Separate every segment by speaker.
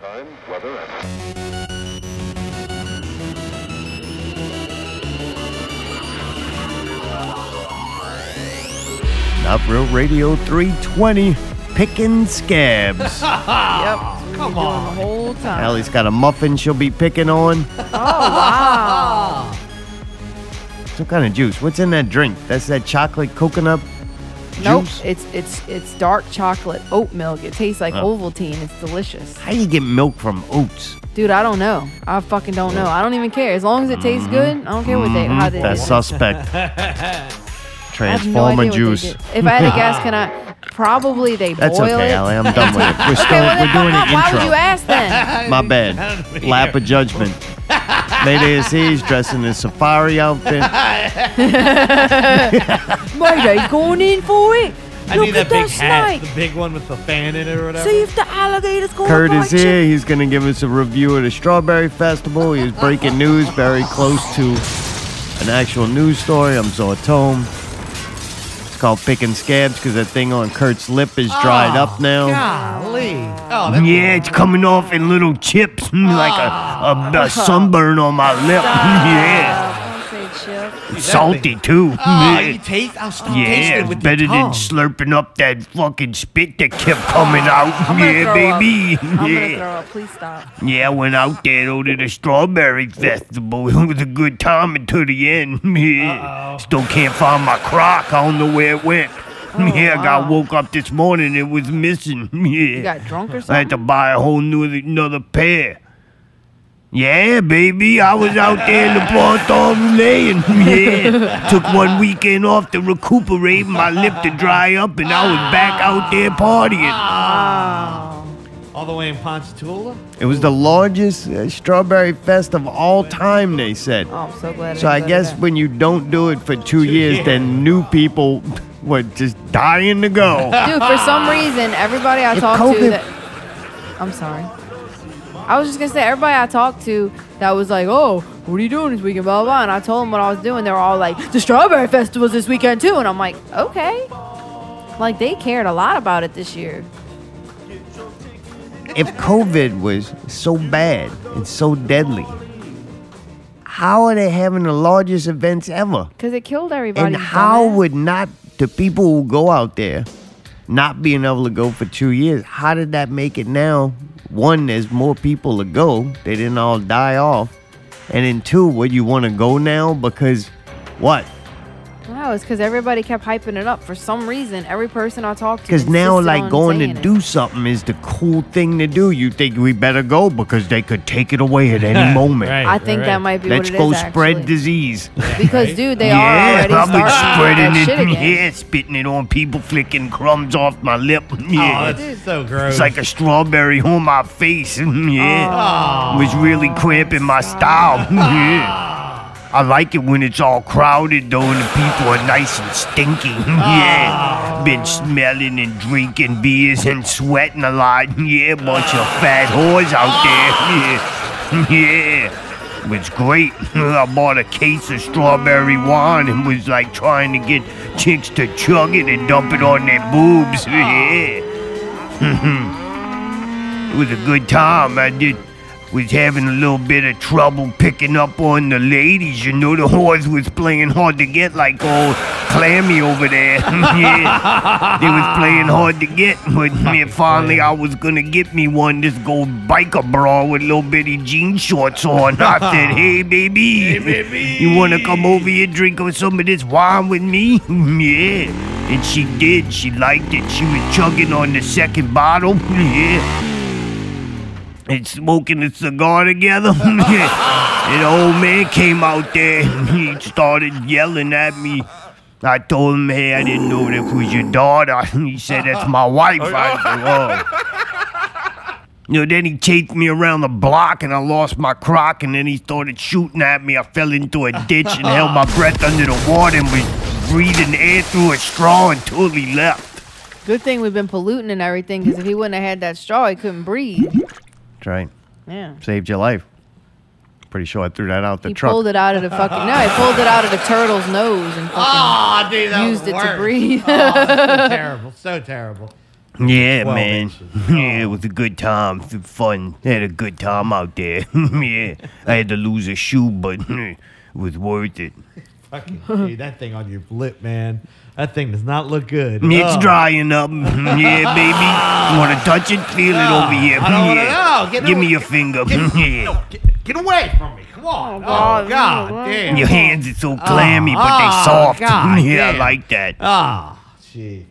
Speaker 1: time, weather, and.
Speaker 2: Not Real Radio 320, picking scabs.
Speaker 3: Yep. that's what we've been
Speaker 4: come
Speaker 3: doing
Speaker 4: on.
Speaker 3: The whole time.
Speaker 2: Allie's got a muffin she'll be picking on.
Speaker 3: Wow.
Speaker 2: Some kind of juice. What's in that drink? That's that chocolate coconut
Speaker 3: nope.
Speaker 2: juice?
Speaker 3: It's it's it's dark chocolate oat milk. It tastes like
Speaker 2: Oh.
Speaker 3: Ovaltine. It's delicious.
Speaker 2: How do you get milk from oats?
Speaker 3: Dude, I don't know. I fucking don't know. I don't even care. As long as it tastes good, I don't care what they how they
Speaker 2: Mm-hmm. That's
Speaker 3: do it.
Speaker 2: suspect.
Speaker 3: I have no
Speaker 2: Transformer
Speaker 3: idea what they
Speaker 2: juice.
Speaker 3: did. If I had to guess, can I? Probably they
Speaker 2: That's
Speaker 3: boil
Speaker 2: okay,
Speaker 3: it.
Speaker 2: Allie. I'm done with it. We're still
Speaker 3: Well, then
Speaker 2: we're doing
Speaker 3: fuck up.
Speaker 2: an
Speaker 3: Why would you
Speaker 2: intro.
Speaker 3: ask then?
Speaker 2: My
Speaker 4: Out of
Speaker 2: bad.
Speaker 4: here.
Speaker 2: Lap of judgment. Lady is he's dressed in a safari outfit.
Speaker 3: Mayday going in for it.
Speaker 4: I
Speaker 3: Look
Speaker 4: need
Speaker 3: at
Speaker 4: that big
Speaker 3: that
Speaker 4: hat,
Speaker 3: snake.
Speaker 4: the big one with the fan in it or whatever.
Speaker 3: See if the alligator's going
Speaker 2: Kurt
Speaker 3: to
Speaker 2: is here. He's going to give us a review of the Strawberry Festival. He's breaking news very close to an actual news story. I'm Zortome. It's called Picking Scabs because that thing on Kurt's lip is dried
Speaker 3: Oh,
Speaker 2: up now.
Speaker 4: Golly. Oh,
Speaker 5: Mm.
Speaker 4: that
Speaker 2: Yeah, it's coming off in little chips, mm, like a,
Speaker 3: Ah.
Speaker 2: a, a sunburn on my lip. yeah, salty too.
Speaker 4: Oh,
Speaker 2: Yeah.
Speaker 4: you taste? I'll stop tasting
Speaker 2: Yeah,
Speaker 4: it
Speaker 2: it's
Speaker 4: with
Speaker 2: better
Speaker 4: your
Speaker 2: than
Speaker 4: tongue.
Speaker 2: slurping up that fucking spit that kept coming out.
Speaker 3: I'm gonna
Speaker 2: yeah,
Speaker 3: throw up.
Speaker 2: baby.
Speaker 3: I'm
Speaker 2: yeah.
Speaker 3: gonna throw up. Please stop.
Speaker 2: Yeah, I went out there though to the strawberry festival. It was a good time until the end. Yeah. Still can't find my crock. I don't know where it went.
Speaker 3: Oh,
Speaker 2: yeah, I got woke up this morning. It was missing.
Speaker 3: You
Speaker 2: Yeah.
Speaker 3: got drunk or
Speaker 2: I had
Speaker 3: something?
Speaker 2: to buy a whole new another pair. Yeah, baby, I was out there in the Barthol laying. Yeah, took one weekend off to recuperate, my lip to dry up, and I was back out there partying.
Speaker 4: Oh. All the way in Ponchatoula?
Speaker 2: It was the largest uh, strawberry fest of all time, they said.
Speaker 3: Oh, I'm so glad.
Speaker 2: So I
Speaker 3: didn't go to
Speaker 2: guess
Speaker 3: that.
Speaker 2: when you don't do it for two years, then new people were just dying to go.
Speaker 3: Dude, for some reason, everybody I
Speaker 2: If
Speaker 3: talked
Speaker 2: COVID
Speaker 3: to that. I'm sorry. I was just gonna say, everybody I talked to that was like, "Oh, what are you doing this weekend?" Blah blah. blah. And I told them what I was doing. They were all like, "The strawberry festival's this weekend too." And I'm like, "Okay." Like they cared a lot about it this year.
Speaker 2: if COVID was so bad and so deadly, how are they having the largest events ever?
Speaker 3: Cause it killed everybody.
Speaker 2: And how
Speaker 3: dumbass.
Speaker 2: would not the people who go out there not being able to go for two years, how did that make it now? One, there's more people to go. They didn't all die off. And then two, would you want to go now? Because what?
Speaker 3: No, it's because everybody kept hyping it up for some reason. Every person I talked to.
Speaker 2: Because now,
Speaker 3: insisted
Speaker 2: like,
Speaker 3: on
Speaker 2: going to
Speaker 3: saying it.
Speaker 2: do something is the cool thing to do. You think we better go because they could take it away at any moment.
Speaker 3: I think that might be
Speaker 2: Let's
Speaker 3: what it
Speaker 2: go
Speaker 3: is,
Speaker 2: spread
Speaker 3: actually.
Speaker 2: disease.
Speaker 3: Because dude, they are
Speaker 2: yeah,
Speaker 3: already
Speaker 2: I'm
Speaker 3: starting
Speaker 2: spreading
Speaker 3: that
Speaker 2: it.
Speaker 3: shit again.
Speaker 2: Yeah, spitting it on people, flicking crumbs off my lip.
Speaker 4: Oh,
Speaker 2: Yeah.
Speaker 4: that's so gross.
Speaker 2: it's like a strawberry on my face. Yeah. was really cramping my style.
Speaker 4: Ah.
Speaker 2: yeah. I like it when it's all crowded though and the people are nice and stinky. yeah.
Speaker 4: Ah.
Speaker 2: Been smelling and drinking beers and sweating a lot. Yeah, bunch of fat whores out
Speaker 4: Ah.
Speaker 2: there. Yeah. Yeah. It was great. I bought a case of strawberry wine and was like trying to get chicks to chug it and dump it on their boobs.
Speaker 4: Ah.
Speaker 2: Yeah. It was a good time. I did was having a little bit of trouble picking up on the ladies. You know, the horse was playing hard to get, like old Clammy over there. yeah, they was playing hard to get, but man, finally I was gonna get me one. This gold biker bra with little bitty jean shorts on. I said, "Hey, baby,
Speaker 4: baby."
Speaker 2: you wanna come over here drink on some of this wine with me?" yeah. And she did. She liked it. She was chugging on the second bottle. Yeah and smoking a cigar together. and the old man came out there and he started yelling at me. I told him, hey, I didn't know that was your daughter. He said, that's my wife. I said, oh. You know, then he chased me around the block and I lost my crock and then he started shooting at me. I fell into a ditch and held my breath under the water and was breathing air through a straw until he left.
Speaker 3: Good thing we've been polluting and everything, because if he wouldn't have had that straw, he couldn't breathe.
Speaker 2: That's right.
Speaker 3: Yeah.
Speaker 2: Saved your life. Pretty sure I threw that out the
Speaker 3: He pulled it out of the fucking. No, he pulled it out of the turtle's nose and fucking
Speaker 4: Oh, dude, that Oh,
Speaker 3: used
Speaker 4: was
Speaker 3: it to
Speaker 4: worse.
Speaker 3: breathe.
Speaker 4: Oh, so terrible. So terrible.
Speaker 5: Yeah,
Speaker 4: 12
Speaker 5: man.
Speaker 4: inches.
Speaker 5: Yeah, it was a good time. F- Fun. had a good time out there. yeah, I had to lose a shoe, but it was worth it.
Speaker 4: Fucking, dude, that thing on your lip, man. That thing does not look good.
Speaker 5: It's
Speaker 4: Ugh.
Speaker 5: drying up. yeah, baby. Want to touch it? Feel it
Speaker 4: Ah,
Speaker 5: over here.
Speaker 4: I don't wanna
Speaker 5: Yeah.
Speaker 4: know. Get
Speaker 5: Give
Speaker 4: away-
Speaker 5: me your finger.
Speaker 4: Get,
Speaker 5: yeah.
Speaker 4: no, get, get away from me. Come on. Oh,
Speaker 3: God,
Speaker 4: God,
Speaker 3: no,
Speaker 4: damn.
Speaker 5: Your hands are so clammy, but
Speaker 4: ah,
Speaker 5: they soft.
Speaker 4: God
Speaker 5: yeah, I
Speaker 4: damn.
Speaker 5: like that.
Speaker 4: Ah, gee.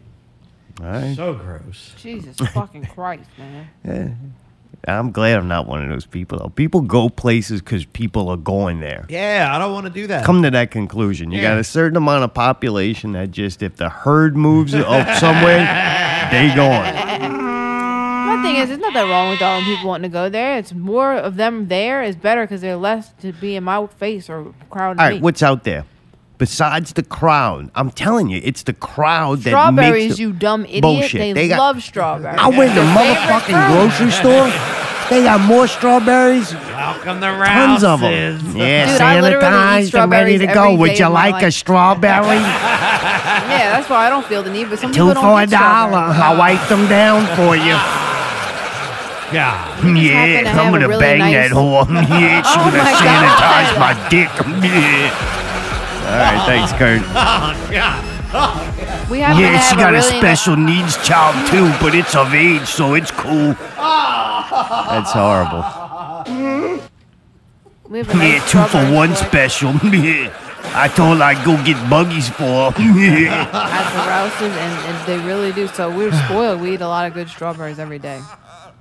Speaker 5: right.
Speaker 4: So gross.
Speaker 3: Jesus fucking Christ, man.
Speaker 5: I'm glad I'm not one of those people. Though. People go places because people are going there.
Speaker 4: Yeah, I don't want to do that.
Speaker 5: Come to that conclusion. You got
Speaker 4: Yeah.
Speaker 5: a certain amount of population that just if the herd moves up somewhere, they going.
Speaker 3: My thing is, there's nothing wrong with all them people wanting to go there. It's more of them there is better because they're less to be in my face or crowded.
Speaker 5: All
Speaker 3: me.
Speaker 5: right, what's out there? Besides the crowd, I'm telling you, it's the crowd that makes
Speaker 3: strawberries,
Speaker 5: the-
Speaker 3: you dumb idiot.
Speaker 5: Bullshit.
Speaker 3: They,
Speaker 5: They got-
Speaker 3: love strawberries.
Speaker 5: I went to
Speaker 3: Their favorite
Speaker 5: motherfucking
Speaker 3: fruit.
Speaker 5: grocery store. They got more strawberries,
Speaker 4: Welcome to
Speaker 5: tons
Speaker 4: Rouse's.
Speaker 5: of them. Yeah,
Speaker 3: Dude, I literally eat
Speaker 5: sanitized and ready
Speaker 3: strawberries
Speaker 5: to
Speaker 3: every
Speaker 5: go. Would
Speaker 3: day
Speaker 5: you
Speaker 3: of my
Speaker 5: like a
Speaker 3: life.
Speaker 5: strawberry?
Speaker 3: Yeah, that's why I don't feel the need. But some
Speaker 5: Two
Speaker 3: people don't
Speaker 5: for a
Speaker 3: get
Speaker 5: dollar.
Speaker 3: strawberries.
Speaker 5: I'll wipe them down for you.
Speaker 4: God.
Speaker 3: happen to
Speaker 5: Yeah, I'm
Speaker 3: have a
Speaker 5: gonna
Speaker 3: really
Speaker 5: bang
Speaker 3: nice-
Speaker 5: that whore. yeah, she's
Speaker 3: Oh
Speaker 5: gonna
Speaker 3: my
Speaker 5: sanitize
Speaker 3: God.
Speaker 5: my dick. Yeah. All right, thanks, Kurt.
Speaker 4: Oh, God.
Speaker 3: We haven't
Speaker 5: Yeah,
Speaker 3: had
Speaker 5: she got a
Speaker 3: really
Speaker 5: special needs child too, but it's of age, so it's cool. That's horrible.
Speaker 3: we have a
Speaker 5: Mm-hmm. Yeah,
Speaker 3: nice
Speaker 5: two for
Speaker 3: strawberry
Speaker 5: one
Speaker 3: store
Speaker 5: special. Yeah. I told her I'd go get buggies for her. Yeah.
Speaker 3: at the Rouses, and, and they really do. So we're spoiled. We eat a lot of good strawberries every day.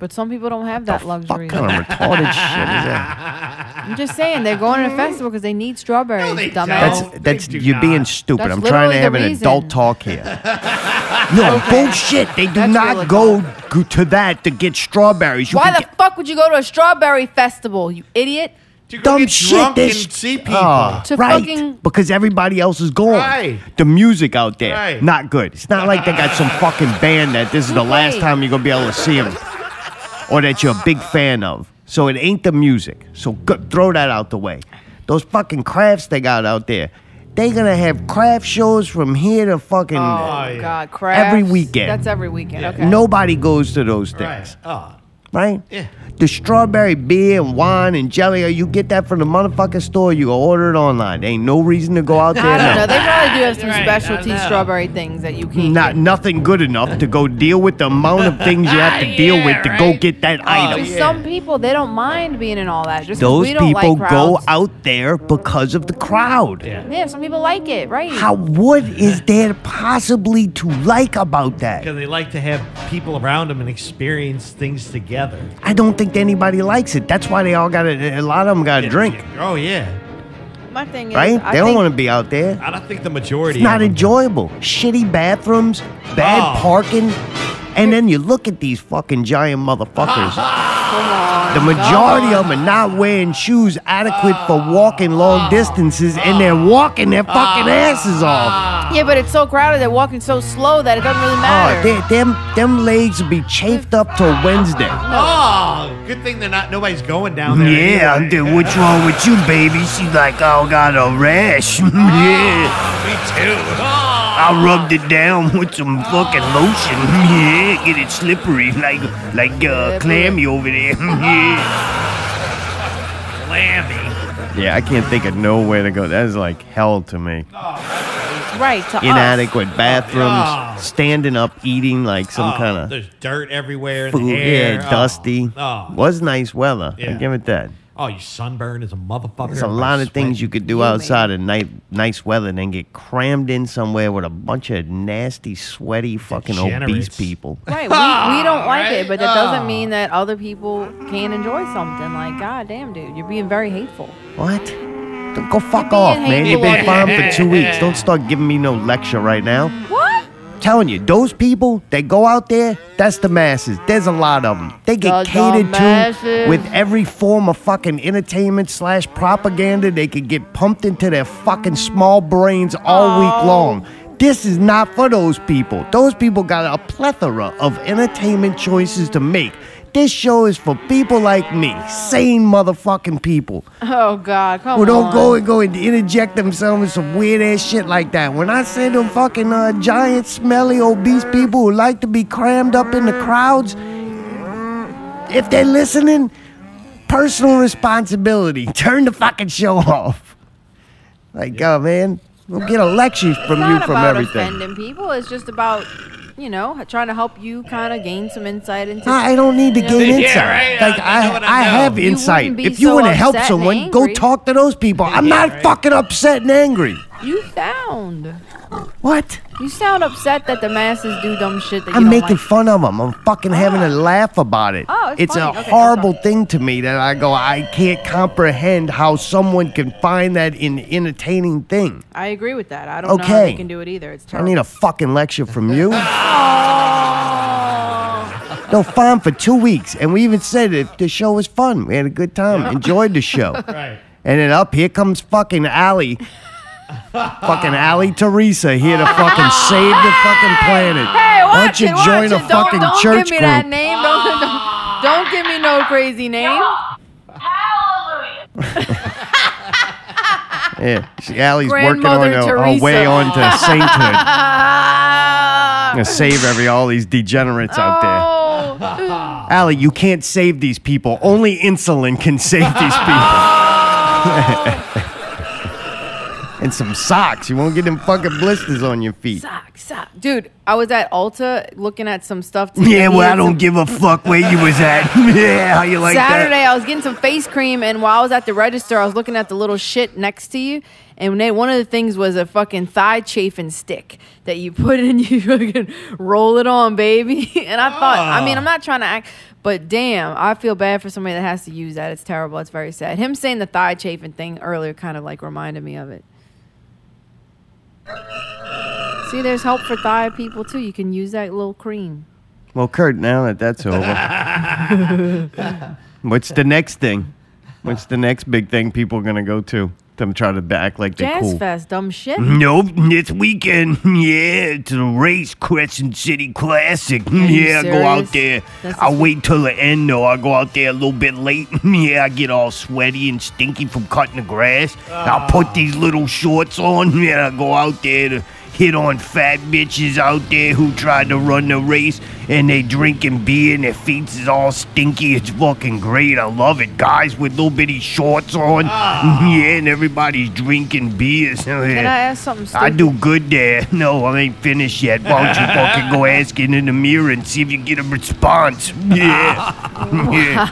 Speaker 3: But some people don't have that luxury.
Speaker 5: What kind of retarded shit is that?
Speaker 3: I'm just saying they're going to a festival because they need strawberries.
Speaker 4: they
Speaker 3: dumbass.
Speaker 5: That's
Speaker 4: No, they
Speaker 5: that's
Speaker 4: do
Speaker 5: you're being
Speaker 4: not.
Speaker 5: stupid.
Speaker 3: That's
Speaker 5: I'm trying to
Speaker 3: literally
Speaker 5: have
Speaker 3: the
Speaker 5: an
Speaker 3: reason.
Speaker 5: adult talk here. No bullshit. They do
Speaker 3: That's
Speaker 5: not
Speaker 3: real
Speaker 5: go go to that to get strawberries. You
Speaker 3: Why
Speaker 5: can
Speaker 3: the
Speaker 5: get-
Speaker 3: fuck would you go to a strawberry festival, you idiot?
Speaker 4: To go
Speaker 5: dumb
Speaker 4: get
Speaker 5: shit.
Speaker 4: drunk
Speaker 5: this-
Speaker 4: and see people.
Speaker 5: Oh,
Speaker 3: To
Speaker 5: right,
Speaker 3: fucking-
Speaker 5: because everybody else is going.
Speaker 4: Right.
Speaker 5: The music out there,
Speaker 4: Right.
Speaker 5: not good. It's not like they got some fucking band that this is the last
Speaker 3: Right.
Speaker 5: time you're gonna be able to see them, or that you're a big fan of. So it ain't the music. So go- throw that out the way. Those fucking crafts they got out there, they gonna have craft shows from here to fucking.
Speaker 3: Oh,
Speaker 4: yeah.
Speaker 3: God, crap.
Speaker 5: Every weekend.
Speaker 3: That's every weekend. Okay.
Speaker 5: Nobody goes to those
Speaker 4: Right.
Speaker 5: things,
Speaker 4: Oh.
Speaker 5: right?
Speaker 4: Yeah.
Speaker 5: The strawberry beer and wine and jelly, or you get that from the motherfucking store, you go order it online. Ain't no reason to go out there.
Speaker 3: I don't
Speaker 5: now.
Speaker 3: know. They probably do have some
Speaker 4: Right, I
Speaker 3: specialty
Speaker 4: know.
Speaker 3: strawberry things that you can't.
Speaker 5: Not nothing good enough to go deal with the amount of things you
Speaker 3: Ah,
Speaker 5: have to deal
Speaker 4: Yeah,
Speaker 5: with to go
Speaker 4: right.
Speaker 5: get that
Speaker 3: But
Speaker 5: item.
Speaker 4: yeah.
Speaker 3: Some people they don't mind being in all that. Just 'cause
Speaker 5: Those
Speaker 3: we don't
Speaker 5: people
Speaker 3: like
Speaker 5: go
Speaker 3: crowds.
Speaker 5: out there because of the crowd.
Speaker 4: Yeah.
Speaker 3: Yeah, some people like it, right?
Speaker 5: How what is there possibly to like about that?
Speaker 4: Because they like to have people around them and experience things together.
Speaker 5: I don't think anybody likes it. That's why they all got a, a lot of them got a drink,
Speaker 4: Oh, yeah.
Speaker 3: My thing is,
Speaker 5: right?
Speaker 3: I
Speaker 5: They don't
Speaker 3: think-
Speaker 5: want to be out there.
Speaker 4: I don't think the majority.
Speaker 5: It's not
Speaker 4: of them-
Speaker 5: enjoyable. Shitty bathrooms, bad
Speaker 4: Oh.
Speaker 5: parking, and then you look at these fucking giant motherfuckers.
Speaker 3: Come on.
Speaker 5: the majority of them are not wearing shoes adequate for
Speaker 3: Oh.
Speaker 5: walking long distances, and they're walking their fucking
Speaker 3: Oh.
Speaker 4: Ah.
Speaker 5: asses off.
Speaker 3: Yeah, but it's so crowded. They're walking so slow that it doesn't really
Speaker 5: Oh,
Speaker 3: matter.
Speaker 5: they, them them legs will be chafed up till Wednesday.
Speaker 4: Oh, good thing they're not. Nobody's going down there.
Speaker 5: Yeah,
Speaker 4: anyway.
Speaker 5: dude, what's wrong with you, baby? She's like, oh, got a rash. yeah,
Speaker 4: Ah, Me too. Oh,
Speaker 5: I rubbed it down with some fucking lotion. Yeah, get it slippery, like like uh,
Speaker 3: Slippery. Ah.
Speaker 5: clammy over there. Yeah.
Speaker 4: Lammy.
Speaker 5: Yeah, I can't think of nowhere to go. That is like hell to me.
Speaker 3: right. To us.
Speaker 5: Inadequate
Speaker 4: Ah.
Speaker 5: bathrooms, standing up, eating like some
Speaker 4: Oh,
Speaker 5: kind of
Speaker 4: There's dirt everywhere. in the
Speaker 5: food.
Speaker 4: air.
Speaker 5: Yeah,
Speaker 4: Oh,
Speaker 5: dusty.
Speaker 4: Oh,
Speaker 5: Was nice weather. I
Speaker 4: Yeah.
Speaker 5: give it that.
Speaker 4: Oh, you sunburn is a motherfucker.
Speaker 5: There's a lot of things you could do
Speaker 3: You made
Speaker 5: outside of nice, nice weather than get crammed in somewhere with a bunch of nasty, sweaty, fucking obese
Speaker 4: Degenerates.
Speaker 5: people.
Speaker 3: Right. We, we don't like
Speaker 4: Right?
Speaker 3: it, but that doesn't
Speaker 4: Oh.
Speaker 3: mean that other people can't enjoy something. Like, God damn, dude, you're being very hateful.
Speaker 5: What? Don't go fuck off, man. You've been
Speaker 3: hateful.
Speaker 5: fine for two weeks. Don't start giving me no lecture right now.
Speaker 3: What?
Speaker 5: telling you, those people that go out there, that's the masses. There's a lot of them. They get
Speaker 3: The- the
Speaker 5: catered to
Speaker 3: masses.
Speaker 5: with every form of fucking entertainment slash propaganda they could get pumped into their fucking small brains all week long. This is not for those people. Those people got a plethora of entertainment choices to make.
Speaker 2: This show is for people like me, sane motherfucking people
Speaker 3: Oh God, come
Speaker 2: who don't
Speaker 3: on.
Speaker 2: go and go and interject themselves in some weird ass shit like that. When I say them fucking uh, giant, smelly, obese people who like to be crammed up in the crowds, if they're listening, personal responsibility. Turn the fucking show off. Like, oh man, we'll get a lecture
Speaker 3: it's
Speaker 2: from
Speaker 3: not
Speaker 2: you from
Speaker 3: about
Speaker 2: everything.
Speaker 3: offending people. It's just about you know trying to help you kind of gain some insight into.
Speaker 2: I I don't need to gain
Speaker 4: Yeah,
Speaker 2: insight.
Speaker 4: right,
Speaker 2: Like
Speaker 4: I
Speaker 2: I,
Speaker 4: know what I
Speaker 2: I,
Speaker 4: know.
Speaker 2: have
Speaker 4: You
Speaker 3: wouldn't
Speaker 2: insight.
Speaker 3: be
Speaker 2: If you
Speaker 3: so
Speaker 2: want to help
Speaker 3: upset and
Speaker 2: someone, go
Speaker 3: angry.
Speaker 2: talk to those people. I'm not fucking upset and angry.
Speaker 3: you sound.
Speaker 2: What?
Speaker 3: You sound upset that the masses do dumb shit that you
Speaker 2: I'm
Speaker 3: don't
Speaker 2: making
Speaker 3: like. Ah.
Speaker 2: fun of them. I'm fucking having a laugh about it.
Speaker 3: Oh, it's
Speaker 2: a
Speaker 3: funny. Okay, I'm
Speaker 2: horrible
Speaker 3: sorry.
Speaker 2: thing to me that I go, I can't comprehend how someone can find that an entertaining thing.
Speaker 3: I agree with that. I don't know how
Speaker 2: Okay.
Speaker 3: they can do it either. It's
Speaker 2: I
Speaker 3: terrible. Ah.
Speaker 2: need a fucking lecture from you. No, fun for two weeks. And we even said if the show was fun. We had a good time. Enjoyed the show.
Speaker 4: Right.
Speaker 2: And then up here comes fucking Allie. fucking Allie Teresa here to fucking save the fucking planet.
Speaker 3: Hey, watch
Speaker 2: Why don't you
Speaker 3: it, watch
Speaker 2: join
Speaker 3: it.
Speaker 2: a
Speaker 3: Don't-
Speaker 2: fucking
Speaker 3: don't
Speaker 2: church
Speaker 3: give me
Speaker 2: group?
Speaker 3: that name. Don't, don't, don't give me no crazy name.
Speaker 1: Hallelujah.
Speaker 2: Yeah, she, Allie's working on
Speaker 3: Grandmother
Speaker 2: a, a way
Speaker 3: Teresa.
Speaker 2: onto sainthood.
Speaker 3: Ah.
Speaker 2: Gonna save every all these degenerates out there.
Speaker 3: Oh.
Speaker 2: Allie, you can't save these people. Only insulin can save these people. and some socks. You won't get them fucking blisters on your feet.
Speaker 3: Sock, sock. Dude, I was at Ulta looking at some stuff. to-
Speaker 2: Yeah, well, I
Speaker 3: needed some-
Speaker 2: don't give a fuck where you was at. yeah, how you like
Speaker 3: Saturday,
Speaker 2: that?
Speaker 3: I was getting some face cream, and while I was at the register, I was looking at the little shit next to you. And they, one of the things was a fucking thigh chafing stick that you put in, you fucking roll it on, baby. And I thought, I mean, I'm
Speaker 2: Ah.
Speaker 3: not trying to act, but damn, I feel bad for somebody that has to use that. It's terrible. It's very sad. Him saying the thigh chafing thing earlier kind of like reminded me of it. See, there's help for thigh people too. You can use that little cream.
Speaker 2: Well, Kurt, now that that's over, what's the next thing? What's the next big thing people are gonna go to? Them try to act like they're
Speaker 3: Jazz
Speaker 2: cool.
Speaker 3: Fest, dumb shit.
Speaker 2: Nope, this weekend, yeah, it's the race Crescent City Classic.
Speaker 3: you
Speaker 2: yeah, I go out there.
Speaker 3: serious? That's
Speaker 2: I
Speaker 3: this
Speaker 2: wait till the end though. I go out there a little bit late. yeah, I get all sweaty and stinky from cutting the grass. I
Speaker 3: Ah.
Speaker 2: put these little shorts on. Yeah, I go out there to hit on fat bitches out there who tried to run the race and they drinking beer and their feet is all stinky. It's fucking great. I love it. Guys with little bitty shorts on.
Speaker 3: Ah.
Speaker 2: Yeah, and everybody's drinking beer.
Speaker 3: Can I ask something stupid?
Speaker 2: I do good there. No, I ain't finished yet. Why don't you fucking go ask it in the mirror and see if you get a response? Yeah. yeah.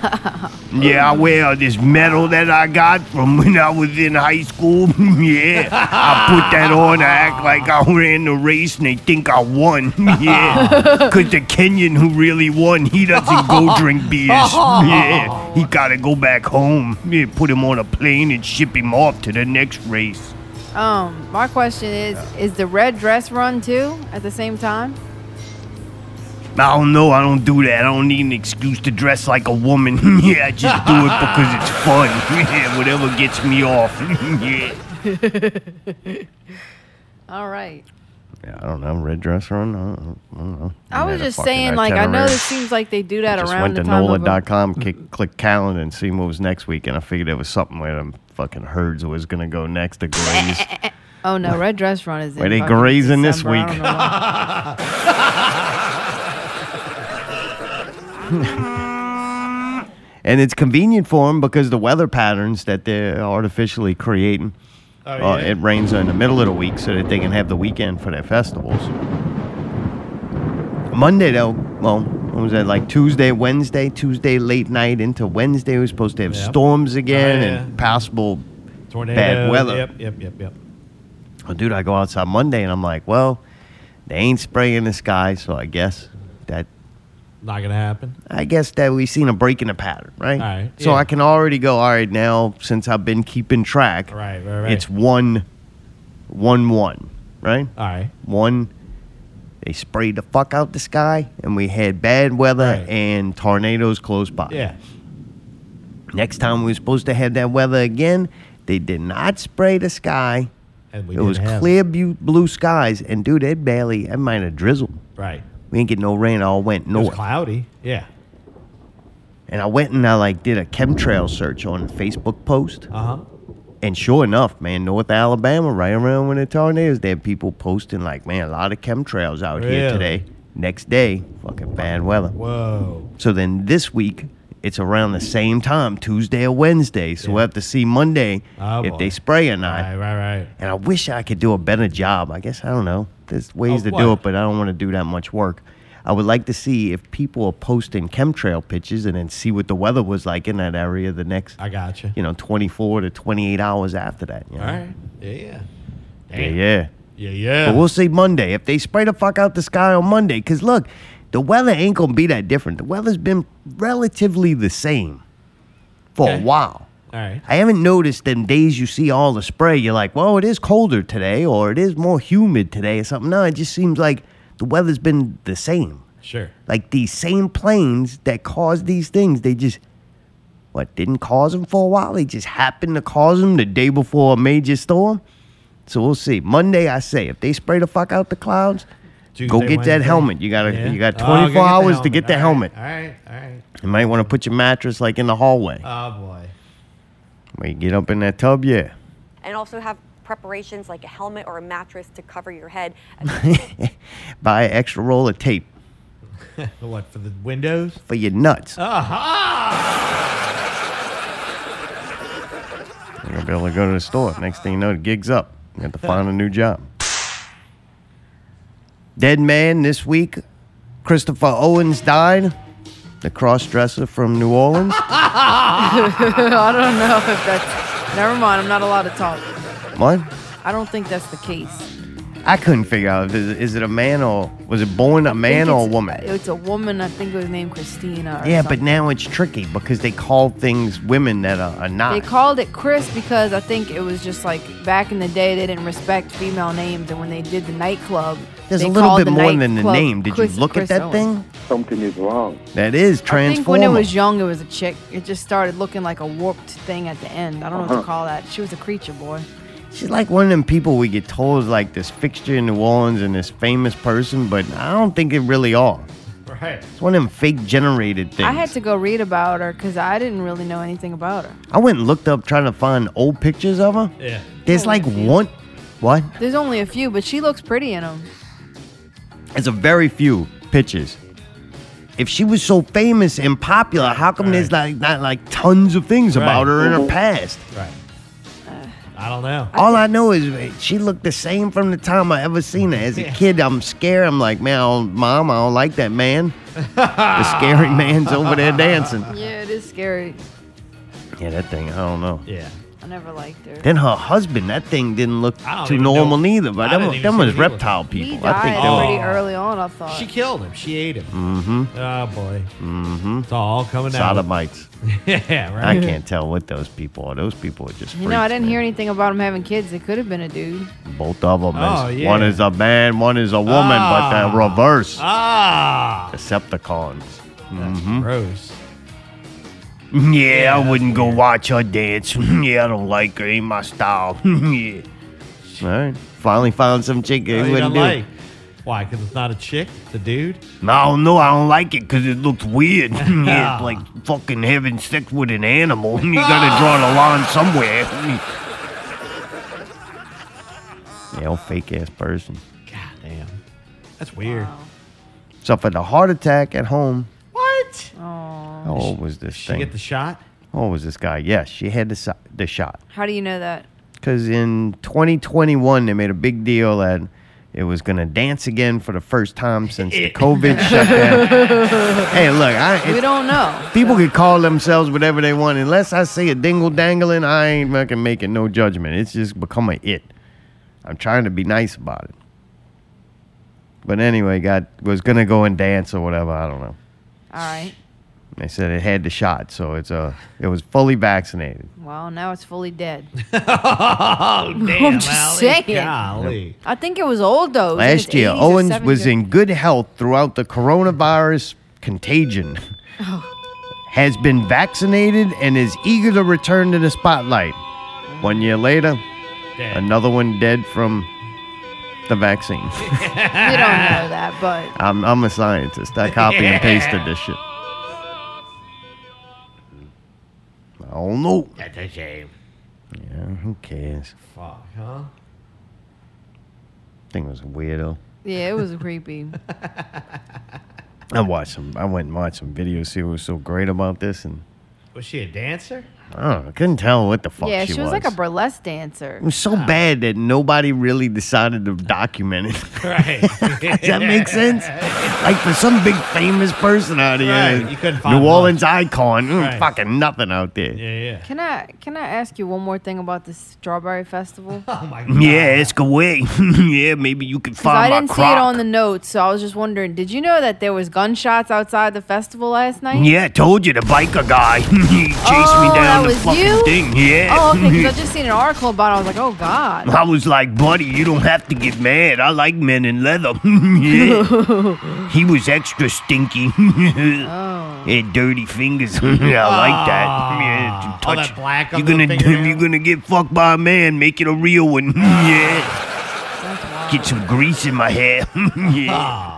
Speaker 2: Yeah, I wear this medal that I got from when I was in high school. yeah. I put that on. I act like I ran the race and they think I won. yeah. Because the Kenyan who really won, he doesn't go drink beers. yeah. He got to go back home. Yeah, put him on a plane and ship him off to the next race.
Speaker 3: Um, my question is: Is the red dress run too at the same time?
Speaker 2: I don't know. I don't do that. I don't need an excuse to dress like a woman. yeah, I just do it because it's fun. Yeah, whatever gets me off. yeah.
Speaker 3: All right.
Speaker 2: Yeah, I don't know. Red dress run? I don't, I don't know.
Speaker 3: I was just saying, like, I know this seems like they do that
Speaker 2: just
Speaker 3: around
Speaker 2: went
Speaker 3: the
Speaker 2: to
Speaker 3: time of a-
Speaker 2: NOLA.com, kick, click calendar, and see what was next week. And I figured it was something where them fucking herds was going to go next to graze.
Speaker 3: Oh no, red dress run is. in
Speaker 2: Where they
Speaker 3: fucking
Speaker 2: grazing this
Speaker 3: December. I
Speaker 2: week?
Speaker 3: don't know why.
Speaker 2: and it's convenient for them because the weather patterns that they're artificially creating.
Speaker 4: Oh,
Speaker 2: Uh,
Speaker 4: yeah.
Speaker 2: it rains in the middle of the week so that they can have the weekend for their festivals. Monday, though, well, what was that? Like Tuesday, Wednesday, Tuesday late night into Wednesday, we're supposed to have
Speaker 4: Yep.
Speaker 2: storms again
Speaker 4: Oh, yeah.
Speaker 2: and possible.
Speaker 4: Tornado.
Speaker 2: Bad weather.
Speaker 4: Yep, yep, yep, yep.
Speaker 2: Well, oh, dude, I go outside Monday and I'm like, well, they ain't spraying the sky, so I guess that
Speaker 4: Not gonna happen.
Speaker 2: I guess that we've seen a break in the pattern, right?
Speaker 4: All right,
Speaker 2: So
Speaker 4: yeah.
Speaker 2: I can already go. All right, now since I've been keeping track,
Speaker 4: Right, right, right.
Speaker 2: it's one, one, one, right?
Speaker 4: All right.
Speaker 2: One, they sprayed the fuck out the sky, and we had bad weather
Speaker 4: Right.
Speaker 2: and tornadoes close by.
Speaker 4: Yeah.
Speaker 2: Next time we were supposed to have that weather again, they did not spray the sky.
Speaker 4: And we
Speaker 2: it
Speaker 4: didn't
Speaker 2: was
Speaker 4: have
Speaker 2: clear, bu- blue skies, and dude, it barely, it might have drizzled.
Speaker 4: Right.
Speaker 2: We didn't get no rain. It all went
Speaker 4: It was
Speaker 2: north.
Speaker 4: cloudy. Yeah.
Speaker 6: And I went and I like did a chemtrail search on the Facebook post.
Speaker 4: Uh huh.
Speaker 6: And sure enough, man, North Alabama, right around when the tornadoes, there people posting like, man, a lot of chemtrails out here
Speaker 4: Really?
Speaker 6: today. Next day, fucking bad weather.
Speaker 4: Whoa.
Speaker 6: So then this week, it's around the same time, Tuesday or Wednesday. So we'll have to see Monday
Speaker 4: Oh,
Speaker 6: if
Speaker 4: boy.
Speaker 6: they spray or not.
Speaker 4: Right, right, right.
Speaker 6: And I wish I could do a better job. I guess I don't know. There's ways to
Speaker 4: Of
Speaker 6: do
Speaker 4: what?
Speaker 6: it, but I don't want to do that much work. I would like to see if people are posting chemtrail pictures and then see what the weather was like in that area the next,
Speaker 4: I got you.
Speaker 6: you know, 24 to 28 hours after that. you know?
Speaker 4: All right. Yeah, yeah.
Speaker 6: Yeah,
Speaker 4: Damn.
Speaker 6: yeah.
Speaker 4: Yeah, yeah.
Speaker 6: But we'll see Monday if they spray the fuck out the sky on Monday. Cause look, the weather ain't gonna be that different. The weather's been relatively the same for
Speaker 4: Okay.
Speaker 6: a while.
Speaker 4: All right.
Speaker 6: I haven't noticed them days you see all the spray. You're like, well, it is colder today, or it is more humid today, or something. No, it just seems like the weather's been the same.
Speaker 4: Sure.
Speaker 6: Like these same planes that cause these things, they just what didn't cause them for a while. They just happened to cause them the day before a major storm. So we'll see. Monday, I say, if they spray the fuck out the clouds, go
Speaker 4: Tuesday,
Speaker 6: get that
Speaker 4: Wednesday.
Speaker 6: helmet. You gotta,
Speaker 4: Yeah.
Speaker 6: you got
Speaker 4: Oh, I'll
Speaker 6: 24
Speaker 4: go get the
Speaker 6: hours to get the helmet.
Speaker 4: helmet. All right, all right.
Speaker 6: You might want to put your mattress like in the hallway.
Speaker 4: all right. Oh boy.
Speaker 6: when you get up in that tub, yeah.
Speaker 7: and also have preparations like a helmet or a mattress to cover your head.
Speaker 6: buy an extra roll of tape
Speaker 4: What for the windows? Uh-huh.
Speaker 6: for your nuts.
Speaker 4: Aha!
Speaker 6: You're gonna be able to go to the store. Next thing you know, the gig's up. You have to find a new job. Dead man this week. Christopher Owens died. The cross dresser from New Orleans.
Speaker 3: I don't know if that's. Never mind. I'm not allowed to talk.
Speaker 6: what?
Speaker 3: I don't think that's the case.
Speaker 6: I couldn't figure out if is, is it a man or was it born a man
Speaker 3: I think
Speaker 6: or a
Speaker 3: it's-
Speaker 6: woman?
Speaker 3: It's a woman. I think it was named Christina. or
Speaker 6: yeah, but
Speaker 3: something.
Speaker 6: now it's tricky because they call things women that are, are not.
Speaker 3: They called it Chris because I think it was just like back in the day they didn't respect female names, and when they did the nightclub,
Speaker 6: There's
Speaker 3: they
Speaker 6: a little
Speaker 3: called
Speaker 6: bit
Speaker 3: the
Speaker 6: more than the
Speaker 3: nightclub
Speaker 6: name. Did
Speaker 3: Chris-
Speaker 6: you look
Speaker 3: Chris
Speaker 6: at that
Speaker 3: Owens.
Speaker 6: thing?
Speaker 8: Something is wrong.
Speaker 6: That is
Speaker 3: I
Speaker 6: transformer.
Speaker 3: think when it was young, it was a chick. It just started looking like a warped thing at the end. I don't
Speaker 6: Uh-huh.
Speaker 3: know what to call that. She was a creature, boy.
Speaker 6: She's like one of them people we get told is like this fixture in New Orleans and this famous person, but I don't think they really are.
Speaker 4: Right.
Speaker 6: It's one of them fake generated things.
Speaker 3: I had to go read about her because I didn't really know anything about her.
Speaker 6: I went and looked up trying to find old pictures of her.
Speaker 4: Yeah.
Speaker 6: There's like one. What?
Speaker 3: There's only a few, but she looks pretty in them.
Speaker 6: It's a very few pictures. If she was so famous and popular, how come there's like not like tons of things
Speaker 4: Right.
Speaker 6: about her in her past?
Speaker 4: Right. I don't know.
Speaker 6: All I know is she looked the same from the time I ever seen her. As a
Speaker 4: Yeah.
Speaker 6: kid, I'm scared. I'm like, man, I don't- mom, I don't like that man. the scary man's over there dancing.
Speaker 3: Yeah, it is scary.
Speaker 6: Yeah, that thing, I don't know.
Speaker 4: Yeah.
Speaker 3: I never liked her.
Speaker 6: Then her husband, that thing didn't look
Speaker 4: I don't
Speaker 6: too
Speaker 4: even know.
Speaker 6: normal neither. But
Speaker 4: I
Speaker 6: them,
Speaker 4: didn't even
Speaker 6: them
Speaker 4: see
Speaker 6: was
Speaker 4: the people.
Speaker 6: reptile
Speaker 3: He
Speaker 6: people. I think
Speaker 3: died
Speaker 6: they were
Speaker 3: pretty early on. I thought.
Speaker 4: She killed him. She ate him. Mm-hmm. Oh boy. Mm-hmm. It's all coming out.
Speaker 6: sodomites.
Speaker 4: yeah. Right.
Speaker 6: I can't tell what those people are. Those people are just.
Speaker 3: you know, I
Speaker 6: freaks,
Speaker 3: didn't
Speaker 6: man.
Speaker 3: hear anything about him having kids. It could have been a dude.
Speaker 6: Both of them.
Speaker 4: Oh,
Speaker 6: is-
Speaker 4: yeah.
Speaker 6: One is a man, one is a woman, but
Speaker 4: Ah.
Speaker 6: they're reverse.
Speaker 4: Ah.
Speaker 6: Decepticons. Mm-hmm.
Speaker 4: That's gross.
Speaker 6: Yeah, I wouldn't go watch her dance. yeah, I don't like her. Ain't my style.
Speaker 4: Oh,
Speaker 6: yeah. All right. Finally found some chick
Speaker 4: Oh,
Speaker 6: that
Speaker 4: you
Speaker 6: wouldn't
Speaker 4: don't
Speaker 6: do.
Speaker 4: like. Why? Because it's not a chick. It's a dude.
Speaker 6: No, I don't know. I don't like it because it looks weird. yeah, it's like fucking having sex with an animal. you gotta draw the line somewhere. yeah, old fake ass person.
Speaker 4: God damn. That's weird.
Speaker 6: Suffered a heart attack at home.
Speaker 4: What?
Speaker 3: Oh.
Speaker 6: How old was this
Speaker 4: She
Speaker 6: thing?
Speaker 4: get the shot.
Speaker 6: How old was this guy? Yes, she had the, si- the shot.
Speaker 3: How do you know that?
Speaker 6: Because in 2021, they made a big deal that it was going to dance again for the first time since the COVID shutdown. hey, look, I,
Speaker 3: we
Speaker 6: it,
Speaker 3: don't know.
Speaker 6: people could call themselves whatever they want. Unless I see a dingle dangling, I ain't fucking making no judgment. It's just become a it. I'm trying to be nice about it. But anyway, got was going to go and dance or whatever. I don't know.
Speaker 3: All right.
Speaker 6: They said it had the shot, so it's a it was fully vaccinated.
Speaker 3: Well, now it's fully dead.
Speaker 4: Oh damn.
Speaker 3: just
Speaker 4: Allie.
Speaker 3: saying.
Speaker 4: Golly.
Speaker 3: I think it was old though. It was in its
Speaker 6: Last year,
Speaker 3: 80s or
Speaker 6: Owens was
Speaker 3: 70s.
Speaker 6: in good health throughout the coronavirus contagion, has been vaccinated, and is eager to return to the spotlight. One year later,
Speaker 4: Dead.
Speaker 6: another one dead from the vaccine.
Speaker 3: We don't know that, but
Speaker 6: I'm, I'm a scientist. I copy and pasted this shit. I don't know.
Speaker 4: That's a shame.
Speaker 6: Yeah, who cares?
Speaker 4: Fuck, huh?
Speaker 6: Thing was a weirdo.
Speaker 3: Yeah, it was creepy.
Speaker 6: I watched some. I went and watched some videos. See what was so great about this, and
Speaker 4: Was she a dancer?
Speaker 6: Oh, I don't know. Couldn't tell what the fuck
Speaker 3: yeah,
Speaker 6: she,
Speaker 3: she was like a Oh. burlesque dancer.
Speaker 6: It was so bad that nobody really decided to document it.
Speaker 4: Right.
Speaker 6: Does that make sense? Like for some big famous person out here,
Speaker 4: Right, you couldn't find
Speaker 6: New
Speaker 4: much.
Speaker 6: Orleans icon, mm,
Speaker 4: Right.
Speaker 6: fucking nothing out there. Yeah,
Speaker 4: Yeah, yeah.
Speaker 3: Can I can I ask you one more thing about this strawberry festival? Because
Speaker 4: Oh my god.
Speaker 6: ask away. yeah, maybe you could find
Speaker 3: I
Speaker 6: my
Speaker 3: didn't see
Speaker 6: croc.
Speaker 3: it on the notes, so I was just wondering. Did you know that there was gunshots outside the festival last night?
Speaker 6: Yeah, I told you the biker guy. he chased
Speaker 3: Oh,
Speaker 6: me
Speaker 3: that
Speaker 6: down the
Speaker 3: was
Speaker 6: fucking
Speaker 3: you?
Speaker 6: thing. Yeah.
Speaker 3: Oh, okay. Because I just seen an article about. it. I was like, oh god.
Speaker 6: I was like, buddy, you don't have to get mad. I like men in leather. yeah. he was extra stinky.
Speaker 3: Oh.
Speaker 6: Yeah, dirty fingers. I like that. Yeah,
Speaker 4: Ah,
Speaker 6: to
Speaker 4: all
Speaker 6: touch.
Speaker 4: that black on
Speaker 6: you're
Speaker 4: the
Speaker 6: gonna
Speaker 4: fingernail.
Speaker 6: you're gonna get fucked by a man. Make it a real one. yeah. Get some grease in my hair. yeah.
Speaker 4: Ah,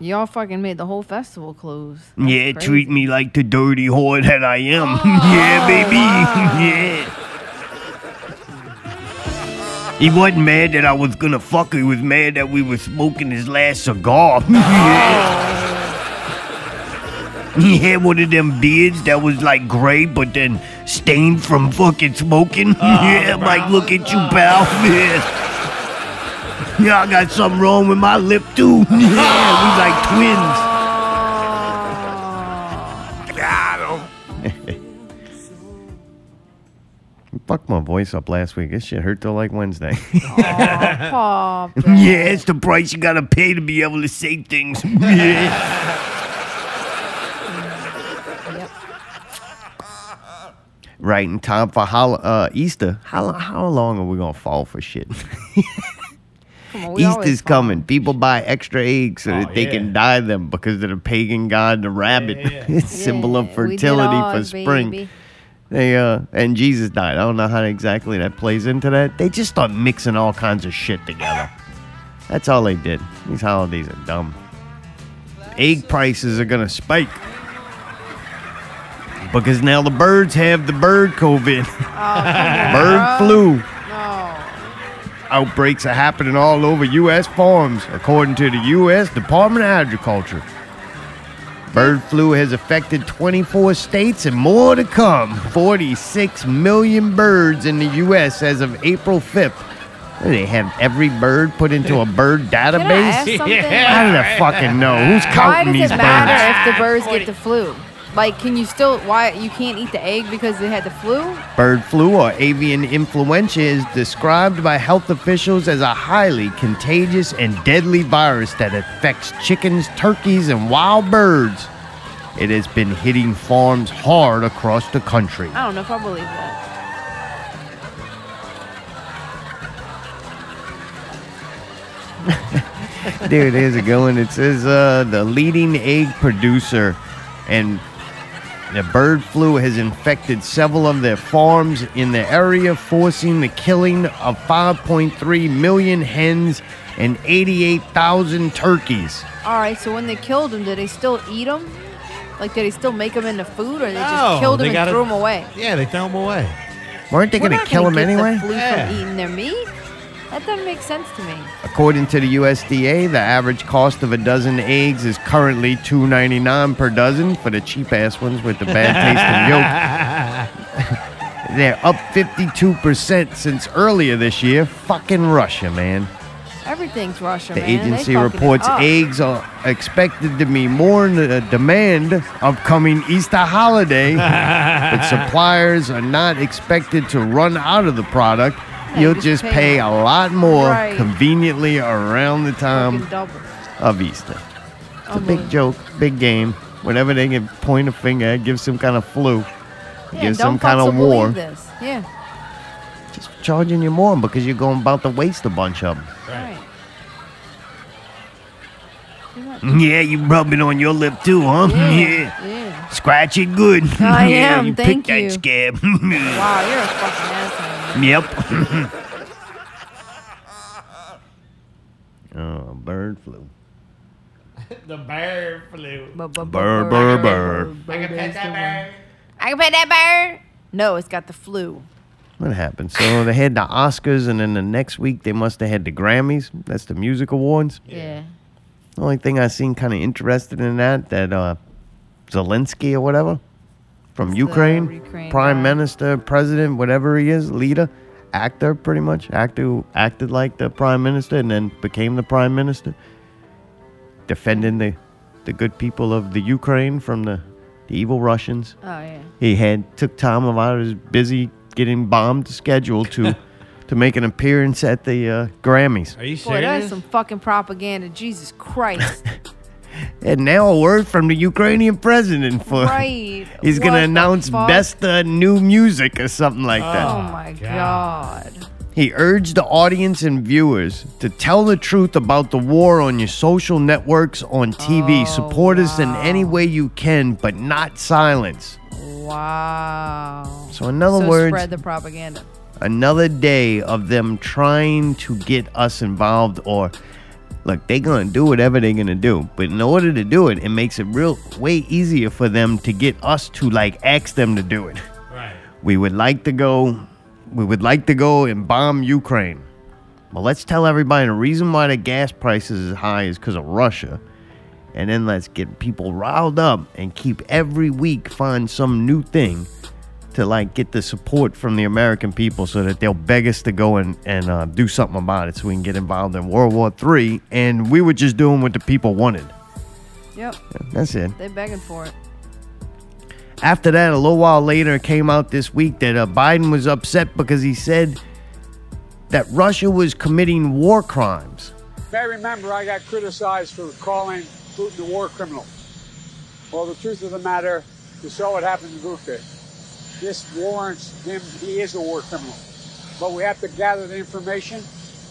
Speaker 3: Y'all fucking made the whole festival close. That's
Speaker 6: Yeah,
Speaker 3: crazy.
Speaker 6: treat me like the dirty whore that I am. yeah, baby. yeah. He wasn't mad that I was gonna fuck. He was mad that we were smoking his last cigar. yeah. He had one of them beards that was like gray, but then stained from fucking smoking. yeah, I'm like, look at you, pal. Yeah. yeah, I got something wrong with my lip, too. Yeah, we like twins. Fuck my voice up last week. This shit hurt till like Wednesday.
Speaker 4: Oh,
Speaker 3: Aw, Pop.
Speaker 6: yeah, it's the price you gotta pay to be able to say things. yeah.
Speaker 3: Yep.
Speaker 6: Right in time for hol- uh, Easter. How how long are we gonna fall for shit?
Speaker 3: Come on, we always
Speaker 6: Easter's
Speaker 3: fall.
Speaker 6: coming. People buy extra eggs so
Speaker 4: Oh,
Speaker 6: that they can
Speaker 4: yeah.
Speaker 6: die them because of the pagan god the rabbit,
Speaker 4: Yeah, yeah.
Speaker 6: symbol of
Speaker 3: Yeah, we did
Speaker 6: fertility for
Speaker 3: ours,
Speaker 6: spring.
Speaker 3: baby.
Speaker 6: They uh and Jesus died. I don't know how exactly that plays into that. They just start mixing all kinds of shit together. That's all they did. These holidays are dumb. Egg prices are gonna spike. Because now the birds have the bird COVID. bird flu.
Speaker 3: Oh, No.
Speaker 6: Outbreaks are happening all over U.S. farms, according to the U.S. Department of Agriculture. Bird flu has affected 24 states and more to come. 46 million birds in the U.S. as of April 5th. They have every bird put into a bird
Speaker 3: Can I ask
Speaker 6: database?
Speaker 3: something?
Speaker 6: How did I fucking know? Who's
Speaker 3: Why
Speaker 6: counting
Speaker 3: does
Speaker 6: these
Speaker 3: it
Speaker 6: birds?
Speaker 3: matter if the birds get the flu? Like, can you still? Why you can't eat the egg because they had the flu?
Speaker 6: Bird flu or avian influenza is described by health officials as a highly contagious and deadly virus that affects chickens, turkeys, and wild birds. It has been hitting farms hard across the country.
Speaker 3: I don't know if I believe that.
Speaker 6: Dude, here's a good one. It says uh, the leading egg producer and the bird flu has infected several of their farms in the area, forcing the killing of 5.3 million hens and 88,000 turkeys.
Speaker 3: All right, so when they killed them, did they still eat them? Like, did they still make them into food, or they
Speaker 4: No,
Speaker 3: just killed
Speaker 4: they
Speaker 3: them and
Speaker 4: gotta-
Speaker 3: threw them away?
Speaker 4: Yeah, they throw them away.
Speaker 6: Weren't they
Speaker 3: We're
Speaker 6: going to
Speaker 3: not
Speaker 6: kill them
Speaker 3: get
Speaker 6: anyway?
Speaker 3: The flu
Speaker 4: Yeah.
Speaker 3: from eating their meat? That doesn't make sense to me.
Speaker 6: According to the USDA, the average cost of a dozen eggs is currently $2.99 per dozen for the cheap ass ones with the bad tasting yolk. They're up 52% since earlier this year. Fucking Russia, man.
Speaker 3: Everything's Russia,
Speaker 6: The
Speaker 3: man. They
Speaker 6: agency
Speaker 3: fucking
Speaker 6: reports
Speaker 3: up.
Speaker 6: eggs are expected to be more in the demand upcoming Easter holiday, but suppliers are not expected to run out of the product.
Speaker 3: Yeah,
Speaker 6: You'll
Speaker 3: just
Speaker 6: just
Speaker 3: pay
Speaker 6: pay a
Speaker 3: more.
Speaker 6: lot more
Speaker 3: Right.
Speaker 6: conveniently around the
Speaker 3: Fucking Oh,
Speaker 6: time
Speaker 3: double.
Speaker 6: of Easter. It's a big
Speaker 3: Unbelievable.
Speaker 6: joke, big game. Whenever they can point a finger at, give some kind of flu,
Speaker 3: Yeah,
Speaker 6: give
Speaker 3: dumb
Speaker 6: some kind
Speaker 3: fucks
Speaker 6: of
Speaker 3: will believe
Speaker 6: war,
Speaker 3: This. Yeah,
Speaker 6: just charging you more because you're going about to waste a bunch of them.
Speaker 3: right.
Speaker 6: Yeah, you rubbing on your lip too, huh?
Speaker 3: Yeah. yeah.
Speaker 6: Scratch it good.
Speaker 3: I am,
Speaker 6: You
Speaker 3: thank
Speaker 6: pick
Speaker 3: you.
Speaker 6: that scab.
Speaker 3: Wow, you're a fucking asshole.
Speaker 6: yep. oh, bird flu.
Speaker 4: The bird flew.
Speaker 3: Bu- bu- bu-
Speaker 6: Burr,
Speaker 3: burr,
Speaker 6: burr,
Speaker 3: burr, burr.
Speaker 4: I can pet that bird.
Speaker 3: I can pet that No, it's got the flu.
Speaker 6: What happened? So they had the Oscars, and then the next week they must have had the Grammys. That's the music awards.
Speaker 3: Yeah.
Speaker 6: The only thing I seen kind of interested in that that uh, Zelensky or whatever from
Speaker 3: It's the
Speaker 6: Ukraine,
Speaker 3: Ukraine
Speaker 6: prime
Speaker 3: guy.
Speaker 6: minister, president, whatever he is, leader, actor, pretty much actor who acted like the prime minister and then became the prime minister, defending the the good people of the Ukraine from the, the evil Russians.
Speaker 3: Oh yeah.
Speaker 6: He had took time out of his busy getting bombed schedule to to make an appearance at the uh, Grammys.
Speaker 4: Are you
Speaker 3: Boy, that's
Speaker 4: serious?
Speaker 3: some fucking propaganda. Jesus Christ.
Speaker 6: And now a word from the Ukrainian president for
Speaker 3: right.
Speaker 6: he's
Speaker 3: What
Speaker 6: gonna
Speaker 3: the
Speaker 6: announce
Speaker 3: fuck?
Speaker 6: best uh, new music or something like that.
Speaker 3: Oh my
Speaker 4: God.
Speaker 3: god.
Speaker 6: He urged the audience and viewers to tell the truth about the war on your social networks, on TV. Support us in any way you can, but not silence.
Speaker 3: Wow.
Speaker 6: So in other
Speaker 3: so
Speaker 6: words-
Speaker 3: spread the propaganda.
Speaker 6: Another day of them trying to get us involved or look, they're gonna do whatever they're gonna do. But in order to do it, it makes it real way easier for them to get us to like ask them to do it.
Speaker 4: Right.
Speaker 6: We would like to go. We would like to go and bomb Ukraine. Well, let's tell everybody the reason why the gas price is as high is because of Russia. And then let's get people riled up and keep every week find some new thing to like get the support from the American people so that they'll beg us to go and, and uh, do something about it so we can get involved in World War III. And we were just doing what the people wanted.
Speaker 3: Yep.
Speaker 6: That's it.
Speaker 3: They begging for it.
Speaker 6: After that, a little while later, it came out this week that uh, Biden was upset because he said that Russia was committing war crimes.
Speaker 9: You may remember I got criticized for calling Putin a war criminal. Well, the truth of the matter, you saw what happened to Gupta. This warrants him, he is a war criminal. But we have to gather the information.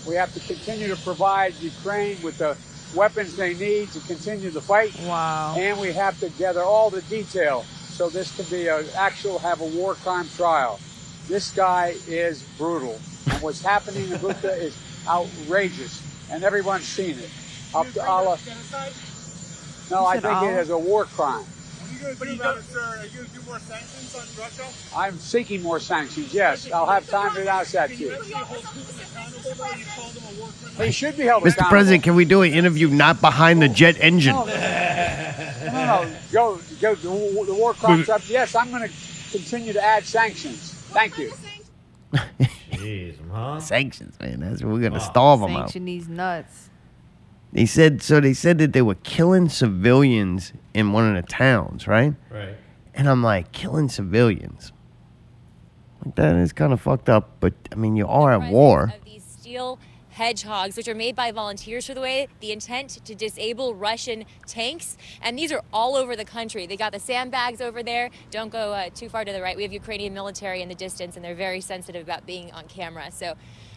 Speaker 9: We have to continue to provide Ukraine with the weapons they need to continue the fight.
Speaker 3: Wow.
Speaker 9: And we have to gather all the detail so this can be an actual, have a war crime trial. This guy is brutal. And what's happening in Gupta is outrageous. And everyone's seen it. Up to Allah. No, I
Speaker 3: said
Speaker 9: think it
Speaker 3: Allah?
Speaker 9: is a war crime.
Speaker 10: What are you going to do about it, sir? Are you going to do more sanctions on Russia?
Speaker 9: I'm seeking more sanctions, yes. I'll have time to announce that to you.
Speaker 10: Actually, hold Putin accountable when you called him a war criminal?
Speaker 9: He should be held
Speaker 6: Mr.
Speaker 9: accountable.
Speaker 6: President, can we do an interview not behind the jet engine?
Speaker 9: No, no, go, go, the war- the war crimes up. Yes, I'm going to continue to add sanctions. Thank you.
Speaker 4: Jeez, huh?
Speaker 6: Sanctions, man. That's what we're going to starve them out.
Speaker 3: Sanction these nuts.
Speaker 6: They said, so they said that they were killing civilians in one of the towns, right?
Speaker 4: Right.
Speaker 6: And I'm like, killing civilians. Like, that is kind of fucked up, but I mean, you are at
Speaker 11: presence
Speaker 6: war.
Speaker 11: Of these steel hedgehogs, which are made by volunteers, for the way the intent to disable Russian tanks, and these are all over the country. They got the sandbags over there. Don't go uh, too far to the right. We have Ukrainian military in the distance, and they're very sensitive about being on camera. So.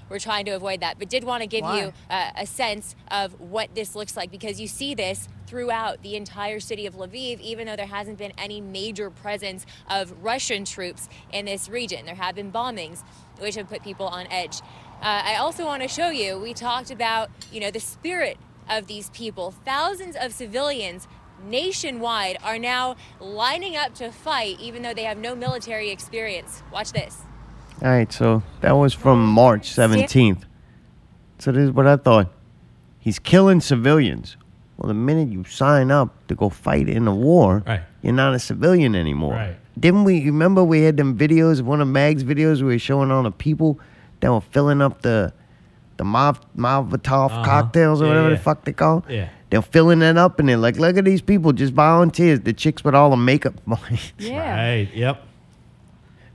Speaker 11: We're trying to avoid that, but did want to give
Speaker 3: Why?
Speaker 11: you uh, a sense of what this looks like because you see this throughout the entire city of Lviv, even though there hasn't been any major presence of Russian troops in this region. There have been bombings, which have put people on edge. Uh, I also want to show you, we talked about, you know, the spirit of these people. Thousands of civilians nationwide are now lining up to fight, even though they have no military experience. Watch this.
Speaker 6: All right, so that was from March 17th. So this is what I thought. He's killing civilians. Well, the minute you sign up to go fight in a war,
Speaker 4: Right.
Speaker 6: you're not a civilian anymore.
Speaker 4: Right.
Speaker 6: Didn't we remember we had them videos, one of Mag's videos where he was showing all the people that were filling up the the Mol- Molotov
Speaker 4: Uh-huh.
Speaker 6: cocktails or
Speaker 4: Yeah,
Speaker 6: whatever
Speaker 4: yeah.
Speaker 6: the fuck they call?
Speaker 4: Yeah.
Speaker 6: They're filling that up and they're like, look at these people, just volunteers. The chicks with all the makeup.
Speaker 3: Yeah.
Speaker 4: Right. Yep.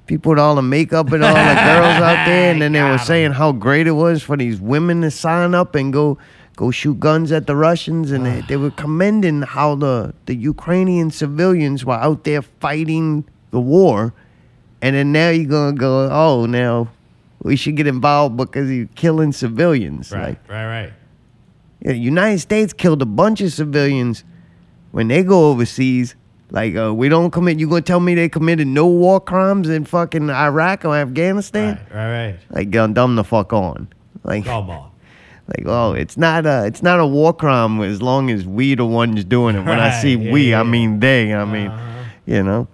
Speaker 6: people with all the makeup and all the girls out there, and then they were saying how great it was for these women to sign up and go go shoot guns at the Russians, and
Speaker 4: Ah.
Speaker 6: they, they were commending how the the Ukrainian civilians were out there fighting the war, and then now you're gonna go, oh, now we should get involved because you're killing civilians.
Speaker 4: Right.
Speaker 6: Like,
Speaker 4: Right. Right.
Speaker 6: yeah, the United States killed a bunch of civilians when they go overseas. Like, uh, we don't commit. You gonna tell me they committed no war crimes in fucking Iraq or Afghanistan?
Speaker 4: Right. Right. Right.
Speaker 6: Like, dumb, dumb the fuck on. Like,
Speaker 4: Come on.
Speaker 6: like, oh, it's not a, it's not a war crime as long as we the ones doing it. When I
Speaker 4: Right,
Speaker 6: see
Speaker 4: yeah, Uh-huh.
Speaker 6: we,
Speaker 4: yeah,
Speaker 6: I
Speaker 4: yeah.
Speaker 6: mean they. I mean, you know,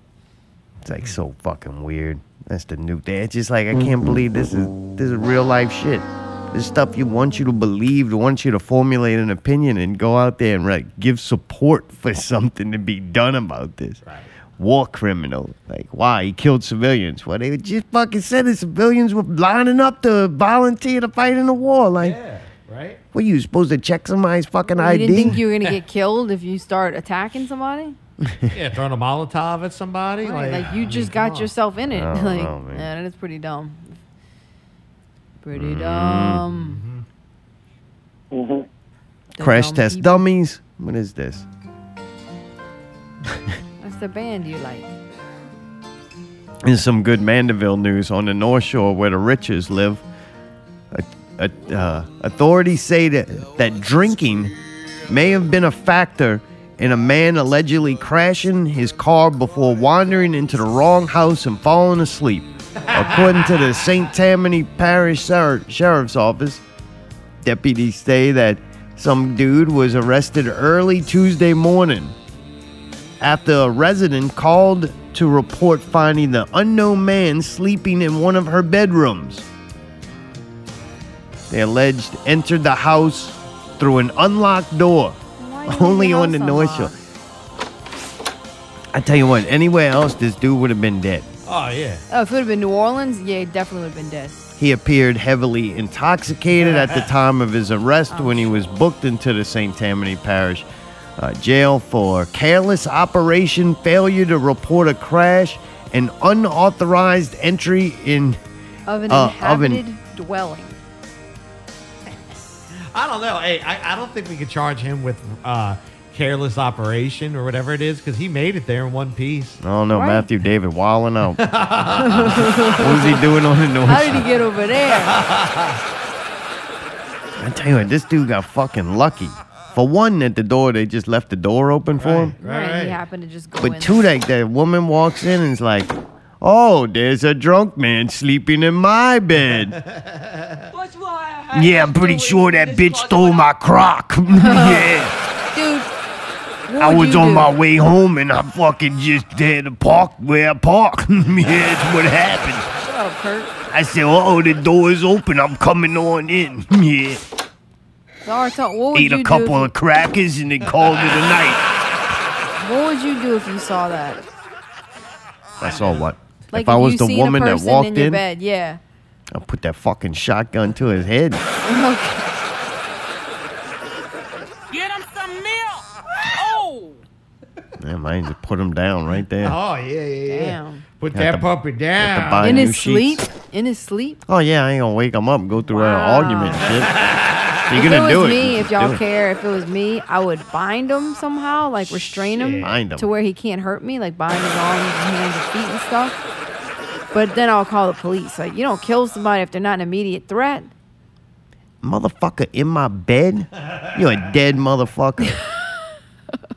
Speaker 6: it's like so fucking weird. That's the new thing. It's just like I can't believe this is this is real life shit. This stuff you want you to believe, they want you to formulate an opinion and go out there and like give support for something to be done about this. War criminal. Like, why? He killed civilians. Well, they just fucking said the civilians were lining up to volunteer to fight in the war. Like,
Speaker 4: Yeah, right?
Speaker 6: were you supposed to check somebody's fucking
Speaker 3: You
Speaker 6: ID?
Speaker 3: didn't think you were gonna get killed if you start attacking somebody?
Speaker 4: Yeah, throwing a Molotov at somebody.
Speaker 3: Right,
Speaker 4: like,
Speaker 3: like, you
Speaker 4: I
Speaker 3: just
Speaker 4: mean, come
Speaker 3: got
Speaker 4: on.
Speaker 3: yourself in it.
Speaker 6: I don't
Speaker 3: like,
Speaker 6: know, man.
Speaker 3: yeah, that is pretty dumb.
Speaker 6: Mm.
Speaker 3: Pretty dumb. The
Speaker 6: Crash
Speaker 3: dumb
Speaker 6: test
Speaker 3: people.
Speaker 6: dummies. What is this?
Speaker 3: That's the band you like.
Speaker 6: There's some good Mandeville news on the North Shore where the riches live. A, a, uh, authorities say that, that drinking may have been a factor in a man allegedly crashing his car before wandering into the wrong house and falling asleep. According to the St. Tammany Parish Ser- Sheriff's Office, deputies say that some dude was arrested early Tuesday morning after a resident called to report finding the unknown man sleeping in one of her bedrooms. They alleged entered the house through an unlocked door,
Speaker 3: Why is
Speaker 6: only
Speaker 3: your
Speaker 6: on the
Speaker 3: house
Speaker 6: North Shore.
Speaker 3: unlocked?
Speaker 6: I tell you what, anywhere else, this dude would have been dead.
Speaker 4: Oh, yeah.
Speaker 3: Oh, if it would have been New Orleans, yeah, it definitely would have been dead.
Speaker 6: He appeared heavily intoxicated at the time of his arrest when he was booked into the St. Tammany Parish uh, jail for careless operation, failure to report a crash, and unauthorized entry in.
Speaker 3: Of an
Speaker 6: Uh, of an-
Speaker 3: inhabited dwelling.
Speaker 4: I don't know. Hey, I, I don't think we could charge him with uh, careless operation or whatever it is because he made it there in one piece.
Speaker 6: I don't know,
Speaker 3: Right.
Speaker 6: Matthew David wilding out. what was he doing on the
Speaker 3: How did
Speaker 6: north?
Speaker 3: he get over there?
Speaker 6: I tell you what, this dude got fucking lucky. For one, at the door, they just left the door open for him.
Speaker 3: right, he happened to just go in.
Speaker 6: But two, like that woman walks in and is like, "Oh, there's a drunk man sleeping in my bed."
Speaker 2: Yeah, I'm pretty sure that bitch stole my crock. yeah.
Speaker 3: Dude, what
Speaker 2: I
Speaker 3: would
Speaker 2: was
Speaker 3: you
Speaker 2: on
Speaker 3: do?
Speaker 2: my way home and I fucking just had to park where I park. yeah, that's what happened.
Speaker 3: Shut up, Kurt.
Speaker 2: I said, oh, the door is open. I'm coming on in. yeah.
Speaker 3: Sorry, talk. What would
Speaker 2: Ate
Speaker 3: you
Speaker 2: a
Speaker 3: do
Speaker 2: couple
Speaker 3: if,
Speaker 2: of crackers and then called it a night.
Speaker 3: What would you do if you saw that?
Speaker 6: I saw what?
Speaker 3: Like
Speaker 6: if I was
Speaker 3: you
Speaker 6: the
Speaker 3: seen
Speaker 6: woman
Speaker 3: a
Speaker 6: that
Speaker 3: person
Speaker 6: walked
Speaker 3: in, your
Speaker 6: in,
Speaker 3: bed, yeah.
Speaker 6: I put that fucking shotgun to his head.
Speaker 1: Get him some milk. Oh.
Speaker 6: Man, might just put him down right there.
Speaker 4: Oh, yeah, yeah, yeah.
Speaker 3: Damn.
Speaker 4: Put
Speaker 6: At
Speaker 4: that
Speaker 6: the-
Speaker 4: puppy down.
Speaker 6: buy-
Speaker 3: In
Speaker 6: new
Speaker 3: his sleep?
Speaker 6: sheets.
Speaker 3: In his sleep?
Speaker 6: Oh yeah, I ain't gonna wake him up and go through
Speaker 3: Wow.
Speaker 6: an argument. and Shit.
Speaker 3: If
Speaker 6: You're
Speaker 3: it
Speaker 6: gonna
Speaker 3: was
Speaker 6: do it.
Speaker 3: me, if
Speaker 6: Just do
Speaker 3: y'all
Speaker 6: it.
Speaker 3: care, if it was me, I would bind him somehow, like restrain him
Speaker 6: Bind him.
Speaker 3: to where he can't hurt me, like bind his arms and hands and feet and stuff. But then I'll call the police. Like, you don't kill somebody if they're not an immediate threat.
Speaker 6: motherfucker in my bed. You're a dead motherfucker. You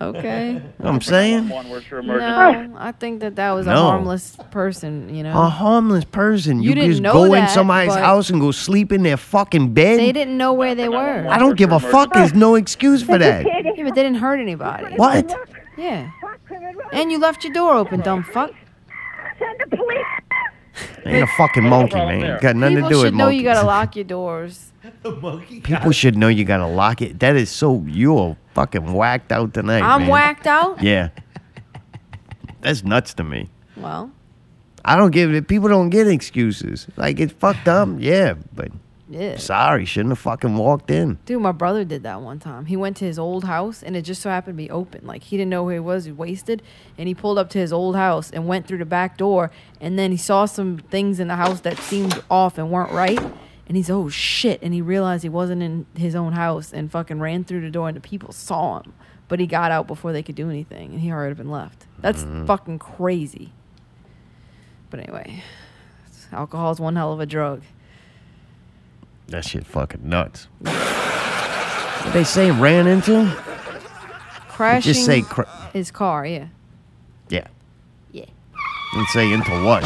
Speaker 3: Okay.
Speaker 6: know what I'm saying?
Speaker 3: no, I think that that was a
Speaker 6: No. Oh,
Speaker 3: harmless person, you know?
Speaker 6: A harmless person.
Speaker 3: You
Speaker 6: You,
Speaker 3: didn't
Speaker 6: just
Speaker 3: know
Speaker 6: go in
Speaker 3: that,
Speaker 6: somebody's
Speaker 3: but-
Speaker 6: house and go sleep in their fucking bed.
Speaker 3: They didn't know where they were.
Speaker 6: I don't give a fuck. There's no excuse for that.
Speaker 3: Yeah, but they didn't hurt anybody.
Speaker 6: What?
Speaker 3: Yeah. And you left your door open, dumb fuck.
Speaker 6: Ain't a fucking monkey, man. Got nothing
Speaker 3: People
Speaker 6: to do
Speaker 3: should
Speaker 6: with
Speaker 3: know
Speaker 6: monkeys.
Speaker 3: you gotta lock your doors.
Speaker 6: People should know you gotta lock it. That is so you're fucking whacked out tonight.
Speaker 3: I'm
Speaker 6: man.
Speaker 3: whacked out.
Speaker 6: Yeah. That's nuts to me.
Speaker 3: Well,
Speaker 6: I don't give it. People don't get excuses. Like it's fucked up. Yeah, but
Speaker 3: yeah.
Speaker 6: sorry, shouldn't have fucking walked in.
Speaker 3: Dude, my brother did that one time. He went to his old house and it just so happened to be open. Like he didn't know where he was, he wasted, and he pulled up to his old house and went through the back door and then he saw some things in the house that seemed off and weren't right. And he's oh shit and he realized he wasn't in his own house and fucking ran through the door and the people saw him. But he got out before they could do anything and he already been left. That's
Speaker 6: Mm-hmm.
Speaker 3: fucking crazy. But anyway, alcohol is one hell of a drug.
Speaker 6: That shit fucking nuts. What they say ran into?
Speaker 3: Crashing
Speaker 6: Just say cra-
Speaker 3: his car, yeah.
Speaker 6: yeah.
Speaker 3: Yeah.
Speaker 6: And say into what?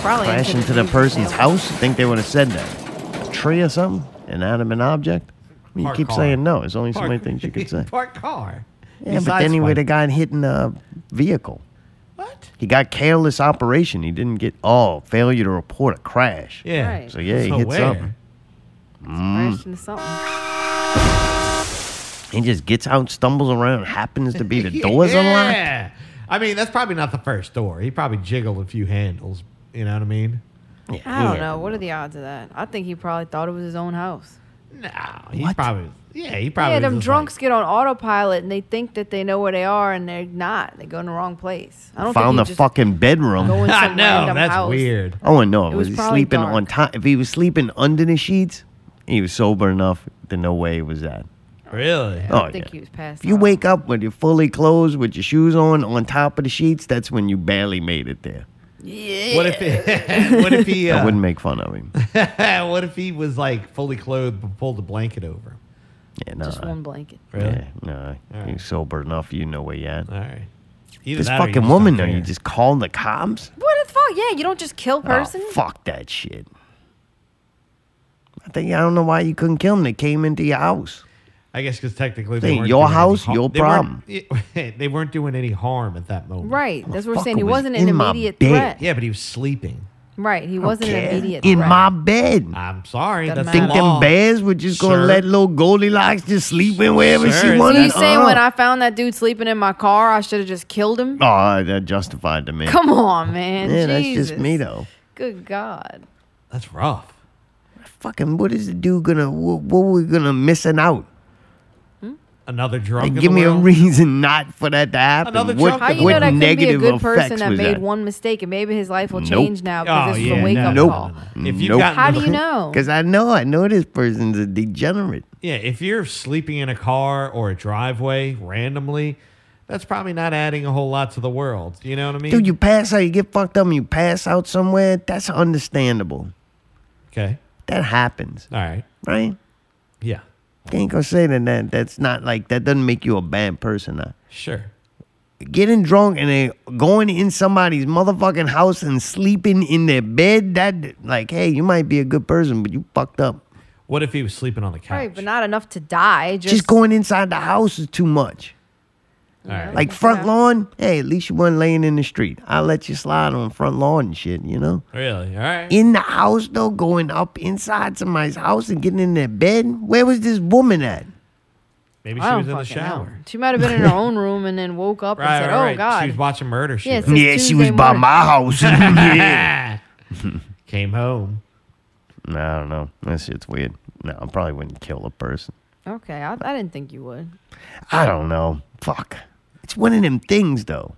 Speaker 3: Probably
Speaker 6: Crash into the person's house? Think they would have said that? A tree or something? Inanimate object? I mean, you
Speaker 4: Park
Speaker 6: keep
Speaker 4: car.
Speaker 6: saying no. There's only so
Speaker 4: Park-
Speaker 6: many things you could say.
Speaker 4: Park car.
Speaker 6: Yeah, but
Speaker 4: Besides
Speaker 6: then he
Speaker 4: fight.
Speaker 6: would have got hit in a vehicle.
Speaker 4: What? What?
Speaker 6: He got careless operation. He didn't get oh failure to report a crash. Mm.
Speaker 4: Yeah.
Speaker 3: Right.
Speaker 6: So yeah, he hit
Speaker 4: where?
Speaker 6: something. Hmm.
Speaker 3: Crashed into something.
Speaker 6: He just gets out, stumbles around, happens to be the doors unlocked.
Speaker 4: Yeah. I mean, that's probably not the first door. He probably jiggled a few handles. You know what I mean?
Speaker 3: I don't know. What are the odds of that? I think he probably thought it was his own house.
Speaker 4: No, he probably. Yeah, he probably.
Speaker 3: yeah, them
Speaker 4: was just
Speaker 3: drunks get on autopilot and they think that they know where they are and they're not. They go in the wrong place. I don't
Speaker 6: Found the
Speaker 3: think he just
Speaker 6: fucking bedroom.
Speaker 3: Go in
Speaker 4: Like, I
Speaker 3: some
Speaker 4: know
Speaker 3: random
Speaker 4: that's
Speaker 3: house.
Speaker 4: weird.
Speaker 6: Oh, and no,
Speaker 3: It
Speaker 6: it was,
Speaker 3: was
Speaker 6: he
Speaker 3: probably
Speaker 6: sleeping
Speaker 3: dark.
Speaker 6: on top? If he was sleeping under the sheets, he was sober enough to know where he was at.
Speaker 4: Really?
Speaker 6: Oh,
Speaker 3: I think
Speaker 6: yeah.
Speaker 3: he was passed.
Speaker 6: If you
Speaker 3: out.
Speaker 6: wake up when you're fully clothed, with your shoes on, on top of the sheets, that's when you barely made it there.
Speaker 4: What if? It, what if he?
Speaker 6: I
Speaker 4: Uh,
Speaker 6: wouldn't make fun of him.
Speaker 4: what if he was like fully clothed but pulled a blanket over him?
Speaker 6: Yeah, no.
Speaker 3: just one blanket.
Speaker 4: Really?
Speaker 6: uh, Yeah, no. You're sober enough, you know where you're at.
Speaker 4: All right. Either
Speaker 6: This
Speaker 4: that or you
Speaker 6: fucking
Speaker 4: just don't
Speaker 6: woman, though, you
Speaker 4: care.
Speaker 6: just call the cops?
Speaker 3: What the fuck? Yeah, you don't just kill
Speaker 6: Oh,
Speaker 3: person.
Speaker 6: fuck that shit. I think I don't know why you couldn't kill them. They came into your house.
Speaker 4: I guess because technically
Speaker 6: Hey,
Speaker 4: they weren't
Speaker 6: your
Speaker 4: doing any
Speaker 6: house,
Speaker 4: har-
Speaker 6: your
Speaker 4: they weren't-
Speaker 6: problem.
Speaker 4: they weren't doing any harm at that moment.
Speaker 3: right. That's what we're saying.
Speaker 6: Motherfucker
Speaker 3: He
Speaker 6: was
Speaker 3: wasn't an
Speaker 6: in my
Speaker 3: immediate
Speaker 6: bed.
Speaker 3: threat.
Speaker 4: Yeah, but he was sleeping.
Speaker 3: Right. He wasn't an
Speaker 6: Okay?
Speaker 3: immediate
Speaker 6: In
Speaker 3: threat.
Speaker 6: my bed.
Speaker 4: I'm sorry.
Speaker 3: Doesn't
Speaker 4: That's
Speaker 3: matter.
Speaker 6: Think
Speaker 4: the
Speaker 6: them
Speaker 4: law.
Speaker 6: bears were just gonna
Speaker 4: Sir.
Speaker 6: let little Goldilocks just sleep in wherever
Speaker 4: Sir,
Speaker 6: she
Speaker 4: it's
Speaker 3: So
Speaker 6: wanted?
Speaker 3: you saying when
Speaker 6: Uh.
Speaker 3: I found that dude sleeping in my car, I should have just killed him?
Speaker 6: Oh, that justified to me.
Speaker 3: Come on, man.
Speaker 6: yeah, that's
Speaker 3: Jesus.
Speaker 6: just me though.
Speaker 3: Good God.
Speaker 4: That's rough.
Speaker 6: Fucking, what is the dude gonna? What, what we gonna missing out?
Speaker 4: Another drunk.
Speaker 6: Like,
Speaker 4: in the
Speaker 6: give me a
Speaker 4: world?
Speaker 6: reason not for that to happen.
Speaker 4: Another
Speaker 6: what
Speaker 4: drunk
Speaker 3: How you know
Speaker 6: what
Speaker 3: that could be a
Speaker 6: negative
Speaker 3: good
Speaker 6: effects
Speaker 3: person that
Speaker 6: was
Speaker 3: made
Speaker 6: that?
Speaker 3: one mistake and maybe his life will
Speaker 6: Nope.
Speaker 3: change now
Speaker 4: Oh,
Speaker 3: because this is a wake up
Speaker 6: Nope.
Speaker 3: call?
Speaker 4: If you
Speaker 6: Nope.
Speaker 4: got
Speaker 3: How do
Speaker 4: into
Speaker 3: you
Speaker 4: the-
Speaker 3: know?
Speaker 6: Because I know, I know this person's a degenerate.
Speaker 4: Yeah, if you're sleeping in a car or a driveway randomly, that's probably not adding a whole lot to the world. You know what I mean?
Speaker 6: Dude, you pass out, you get fucked up, and you pass out somewhere. That's understandable.
Speaker 4: okay.
Speaker 6: That happens,
Speaker 4: All right.
Speaker 6: right?
Speaker 4: Yeah.
Speaker 6: You ain't gonna say that, that. That's not like that. Doesn't make you a bad person. Now.
Speaker 4: Sure.
Speaker 6: getting drunk and then going in somebody's motherfucking house and sleeping in their bed, that like, hey, you might be a good person, but you fucked up.
Speaker 4: What if he was sleeping on the couch?
Speaker 3: Right, but not enough to die. Just,
Speaker 6: Just, going inside the house is too much.
Speaker 4: All right.
Speaker 6: Like front lawn, hey, at least you weren't laying in the street. I let you slide on front lawn and shit, you know.
Speaker 4: really? All right.
Speaker 6: In the house though, going up inside somebody's house and getting in their bed, where was this woman at?
Speaker 4: Maybe she
Speaker 3: I
Speaker 4: was
Speaker 3: don't
Speaker 4: in the
Speaker 3: fucking
Speaker 4: shower.
Speaker 3: know. She might have been in her own room and then woke up
Speaker 4: Right,
Speaker 3: and said,
Speaker 4: right, right.
Speaker 3: "Oh
Speaker 4: She
Speaker 3: God."
Speaker 4: was watching murder. She
Speaker 3: Yeah,
Speaker 4: was-
Speaker 3: it's-
Speaker 2: Yeah, she was
Speaker 3: Tuesday
Speaker 2: by
Speaker 3: morning.
Speaker 2: my house. yeah.
Speaker 4: came home.
Speaker 6: No, I don't know. That shit's weird. No, I probably wouldn't kill a person.
Speaker 3: okay, I, I didn't think you would.
Speaker 6: I don't know. Fuck. It's one of them things though.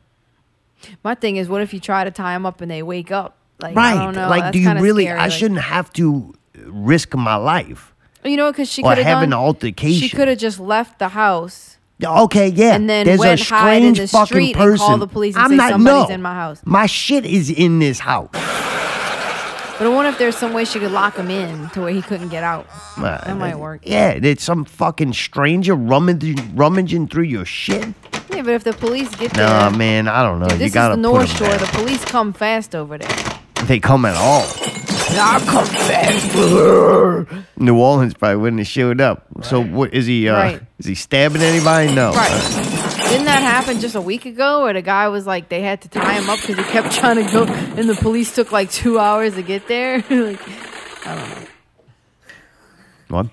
Speaker 3: My thing is, what if you try to tie them up and they wake up? Like,
Speaker 6: right
Speaker 3: I don't know.
Speaker 6: like
Speaker 3: That's
Speaker 6: do you
Speaker 3: kinda
Speaker 6: really
Speaker 3: scary,
Speaker 6: i
Speaker 3: like-
Speaker 6: shouldn't have to risk my life
Speaker 3: You know, because she
Speaker 6: or
Speaker 3: could have
Speaker 6: have
Speaker 3: done
Speaker 6: an altercation.
Speaker 3: She could have just left the house.
Speaker 6: okay yeah
Speaker 3: And then
Speaker 6: there's
Speaker 3: went
Speaker 6: a
Speaker 3: hide in
Speaker 6: strange
Speaker 3: the
Speaker 6: fucking
Speaker 3: street and
Speaker 6: person
Speaker 3: call the police and
Speaker 6: i'm
Speaker 3: say
Speaker 6: not
Speaker 3: somebody's
Speaker 6: no.
Speaker 3: in my house.
Speaker 6: my shit is in this house
Speaker 3: But I wonder if there's some way she could lock him in to where he couldn't get out.
Speaker 6: Uh,
Speaker 3: that might work. Yeah.
Speaker 6: yeah it's some fucking stranger rummaging, rummaging through your shit
Speaker 3: but if the police get there,
Speaker 6: nah man i don't know
Speaker 3: dude,
Speaker 6: you
Speaker 3: this is
Speaker 6: gotta
Speaker 3: the North
Speaker 6: put 'em
Speaker 3: Shore. The
Speaker 6: back.
Speaker 3: police come fast over there.
Speaker 6: If they come at all
Speaker 3: I'll come fast.
Speaker 6: new orleans probably wouldn't have showed up so what is he uh
Speaker 3: Right.
Speaker 6: is he stabbing anybody no Uh,
Speaker 3: Right. Didn't that happen just a week ago where the guy was like, they had to tie him up because he kept trying to go, and the police took like two hours to get there? like,
Speaker 6: what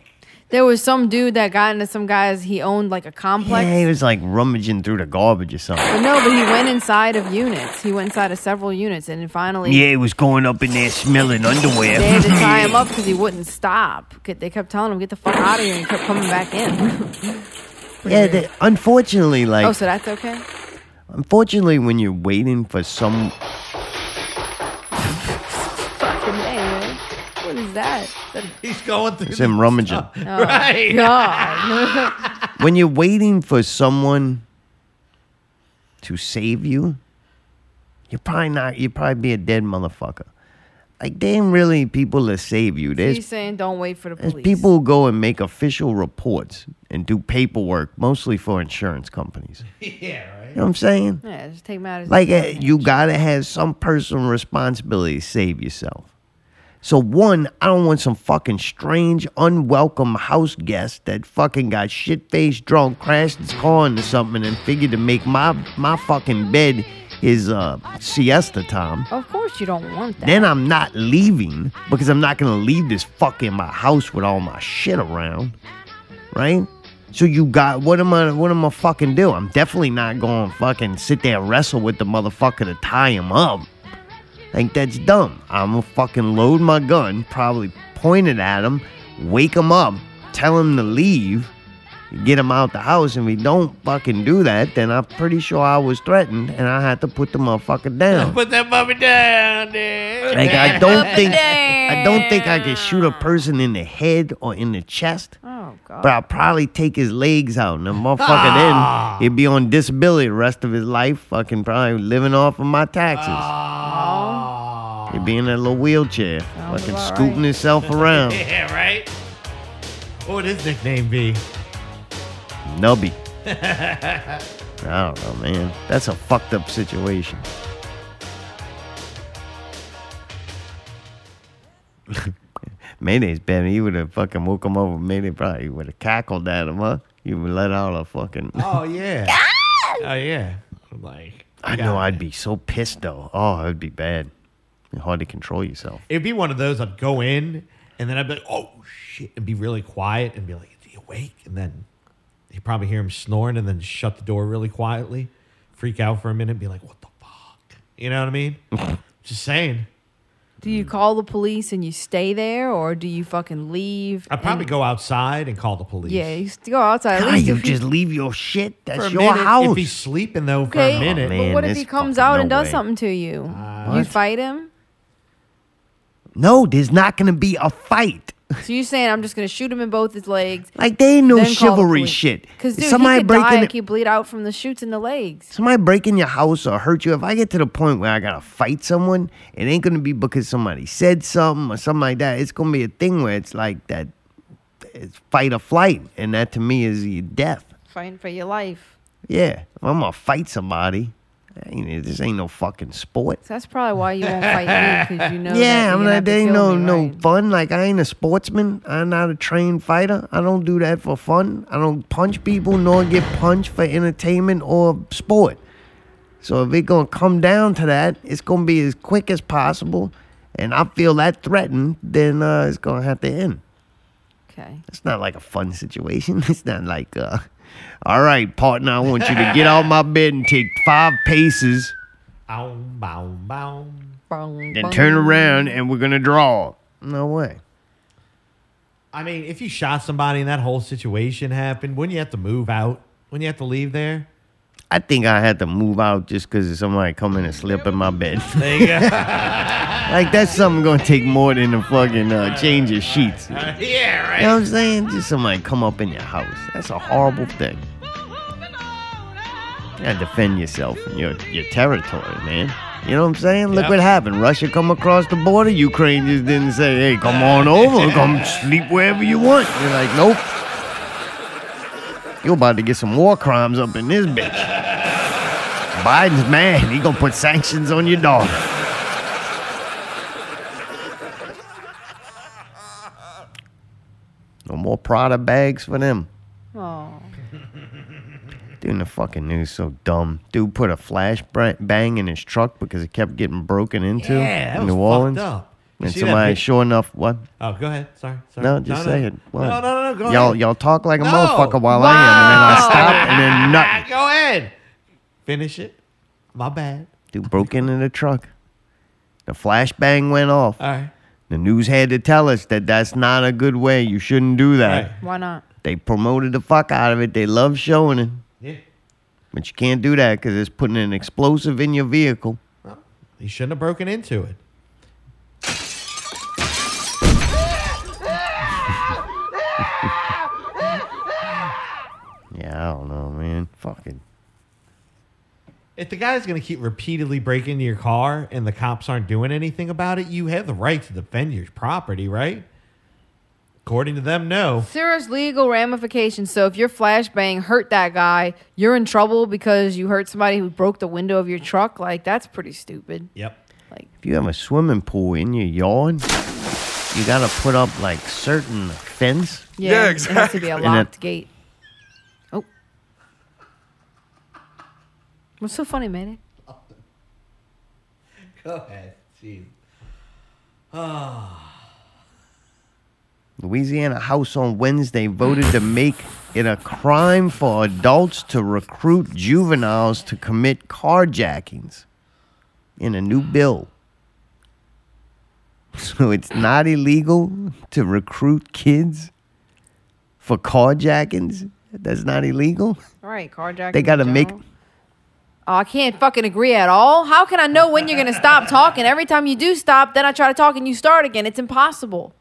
Speaker 3: there was some dude that got into some guys, he owned like a complex.
Speaker 6: yeah, he was like rummaging through the garbage or something
Speaker 3: But no, but he went inside of units. He went inside of several units, and then finally
Speaker 2: yeah, it was going up in there smelling underwear.
Speaker 3: they had to tie him up because he wouldn't stop. 'Cause They kept telling him, "Get the fuck out of here," and he kept coming back in.
Speaker 6: Yeah, they, unfortunately, like
Speaker 3: oh, so that's okay.
Speaker 6: unfortunately, when you're waiting for some,
Speaker 3: Fucking hey, man. What is that? That-
Speaker 4: He's going through.
Speaker 6: It's him
Speaker 4: the
Speaker 6: rummaging.
Speaker 4: stuff. Right.
Speaker 3: God.
Speaker 6: when you're waiting for someone to save you, you're probably not. You'd probably be a dead motherfucker. Like they ain't really people that save you.
Speaker 3: So
Speaker 6: There's
Speaker 3: you saying don't wait for the
Speaker 6: there's
Speaker 3: police?
Speaker 6: people who go and make official reports and do paperwork, mostly for insurance companies.
Speaker 4: Yeah. Right.
Speaker 6: You know what I'm saying?
Speaker 3: Yeah, just take matters.
Speaker 6: Like uh, you gotta have some personal responsibility to save yourself. So one, I don't want some fucking strange, unwelcome house guest that fucking got shit faced drunk, crashed his car into something, and figured to make my my fucking bed his uh, siesta time.
Speaker 3: Of course you don't want that.
Speaker 6: Then I'm not leaving because I'm not gonna leave this fuck in my house with all my shit around, right? So you got what am I? What am I fucking do? I'm definitely not going fucking sit there and wrestle with the motherfucker to tie him up. I think that's dumb. I'm gonna fucking load my gun, probably point it at him, wake him up, tell him to leave, get him out the house. And if he don't fucking do that, then I'm pretty sure I was threatened and I had to put the motherfucker down.
Speaker 4: Put that puppy down there.
Speaker 6: Like I don't think I don't think I can shoot a person in the head or in the chest.
Speaker 3: Oh god.
Speaker 6: But I'll probably take his legs out, and the motherfucker
Speaker 3: Ah.
Speaker 6: then he'd be on disability the rest of his life, fucking probably living off of my taxes.
Speaker 4: Ah.
Speaker 6: He'd be in that little wheelchair, fucking
Speaker 3: about
Speaker 6: scooting
Speaker 3: right.
Speaker 6: himself around.
Speaker 4: Yeah, right? What would his nickname be?
Speaker 6: Nubby. I don't know, man. That's a fucked up situation. Mayday's better. You would have fucking woke him over. Mayday probably would have cackled at him, huh? You would let out a fucking.
Speaker 4: Oh, yeah. oh, yeah. I'm like,
Speaker 6: I know I'd be so pissed though. Oh, it'd be bad. Hard to control yourself.
Speaker 4: It'd be one of those I'd go in and then I'd be like, oh shit, and be really quiet and be like, is he awake? And then you probably hear him snoring and then shut the door really quietly, freak out for a minute, and be like, what the fuck? You know what I mean? Just saying.
Speaker 3: Do you call the police and you stay there, or do you fucking leave?
Speaker 4: I'd probably go outside and call the police.
Speaker 3: Yeah, you s- go outside. At
Speaker 6: God,
Speaker 3: least
Speaker 6: you
Speaker 3: if you-
Speaker 6: just leave your shit.
Speaker 4: For
Speaker 6: That's
Speaker 4: a
Speaker 6: your
Speaker 4: minute,
Speaker 6: house.
Speaker 4: If he's sleeping though for
Speaker 3: okay,
Speaker 4: a minute.
Speaker 6: man,
Speaker 3: but what if
Speaker 6: this
Speaker 3: he comes
Speaker 6: fucking
Speaker 3: out
Speaker 6: no
Speaker 3: and does
Speaker 6: way.
Speaker 3: something to you?
Speaker 4: Uh,
Speaker 3: you
Speaker 6: What?
Speaker 3: fight him?
Speaker 6: no, there's not gonna be a fight.
Speaker 3: So you're saying I'm just gonna shoot him in both his legs?
Speaker 6: Like they ain't no
Speaker 3: then call the
Speaker 6: chivalry
Speaker 3: police.
Speaker 6: shit.
Speaker 3: Cause
Speaker 6: If
Speaker 3: dude,
Speaker 6: somebody
Speaker 3: he could die
Speaker 6: breaking
Speaker 3: if he bleed out from the shoots in the legs.
Speaker 6: somebody breaking your house or hurt you. If I get to the point where I gotta fight someone, it ain't gonna be because somebody said something or something like that. It's gonna be a thing where it's like that. It's fight or flight, and that to me is your death.
Speaker 3: Fighting for your life.
Speaker 6: Yeah, if I'm gonna fight somebody, I ain't, this ain't no fucking sport.
Speaker 3: So that's probably why you won't fight me because you know.
Speaker 6: yeah,
Speaker 3: that
Speaker 6: I'm
Speaker 3: you're
Speaker 6: not.
Speaker 3: gonna
Speaker 6: They ain't
Speaker 3: have to
Speaker 6: no
Speaker 3: kill me,
Speaker 6: no
Speaker 3: right?
Speaker 6: fun. Like I ain't a sportsman. I'm not a trained fighter. I don't do that for fun. I don't punch people nor get punched for entertainment or sport. So if it gonna come down to that, it's gonna be as quick as possible. And I feel that threatened, then uh, it's gonna have to end.
Speaker 3: Okay.
Speaker 6: It's not like a fun situation. It's not like, uh, all right, partner, I want you to get out my bed and take five paces,
Speaker 4: Ow, bow, bow.
Speaker 3: Bong,
Speaker 6: then
Speaker 3: bong.
Speaker 6: turn around and we're gonna draw. No way.
Speaker 4: I mean, if you shot somebody and that whole situation happened, wouldn't you have to move out? Wouldn't you have to leave there?
Speaker 6: I think I had to move out just because somebody come in and slip in my bed.
Speaker 4: There you go.
Speaker 6: like that's something gonna take more than the fucking uh, change of sheets. You know
Speaker 4: yeah, right.
Speaker 6: what I'm saying? Just somebody come up in your house. That's a horrible thing. You gotta defend yourself and your your territory, man. You know what I'm saying? Look
Speaker 4: Yep.
Speaker 6: what happened. Russia come across the border. Ukraine just didn't say, "Hey, come on over, come sleep wherever you want." They're like, "Nope." You're about to get some war crimes up in this bitch. Biden's mad. He gonna put sanctions on your daughter. No more Prada bags for them.
Speaker 3: Oh,
Speaker 6: Dude, and the fucking news so dumb. Dude put a flash bra- bang in his truck because it kept getting broken into
Speaker 4: Yeah, that
Speaker 6: in
Speaker 4: was
Speaker 6: New Orleans.
Speaker 4: fucked up. You
Speaker 6: And
Speaker 4: see that
Speaker 6: somebody,
Speaker 4: pic-
Speaker 6: sure enough, what?
Speaker 4: Oh, go ahead. Sorry. sorry.
Speaker 6: No, just say it. What?
Speaker 4: No, no, no, no. Go
Speaker 6: y'all,
Speaker 4: ahead.
Speaker 6: y'all talk like a
Speaker 4: No.
Speaker 6: motherfucker while I am, and then I stop, and then
Speaker 4: Ah,
Speaker 6: nothing.
Speaker 4: go ahead. Finish it. My bad.
Speaker 6: Dude broke into the truck. The flash bang went off.
Speaker 4: All right.
Speaker 6: The news had to tell us that that's not a good way. You shouldn't do that.
Speaker 4: Right.
Speaker 3: why not?
Speaker 6: They promoted the fuck out of it. They love showing it,
Speaker 4: Yeah.
Speaker 6: but you can't do that because it's putting an explosive in your vehicle.
Speaker 4: He shouldn't have broken into it.
Speaker 6: Yeah, I don't know, man. Fucking.
Speaker 4: If the guy's going to keep repeatedly breaking into your car and the cops aren't doing anything about it, you have the right to defend your property, right? According to them, no.
Speaker 3: Serious legal ramifications. So if your flashbang hurt that guy, you're in trouble because you hurt somebody who broke the window of your truck. Like that's pretty stupid.
Speaker 4: Yep.
Speaker 3: Like
Speaker 6: If you have a swimming pool in your yard, you gotta put up like certain fence.
Speaker 3: yeah, it has to be a
Speaker 6: And
Speaker 3: locked
Speaker 6: it-
Speaker 3: gate. Oh, what's so funny, man?
Speaker 4: Go ahead. Jeez.
Speaker 6: Louisiana House on Wednesday voted to make it a crime for adults to recruit juveniles to commit carjackings in a new bill. So it's not illegal to recruit kids for carjackings? That's not illegal?
Speaker 3: All right, carjacking.
Speaker 6: They gotta
Speaker 3: in
Speaker 6: make-
Speaker 3: general. Oh, I can't fucking agree at all. How can I know when you're gonna stop talking? Every time you do stop, then I try to talk and you start again. It's impossible.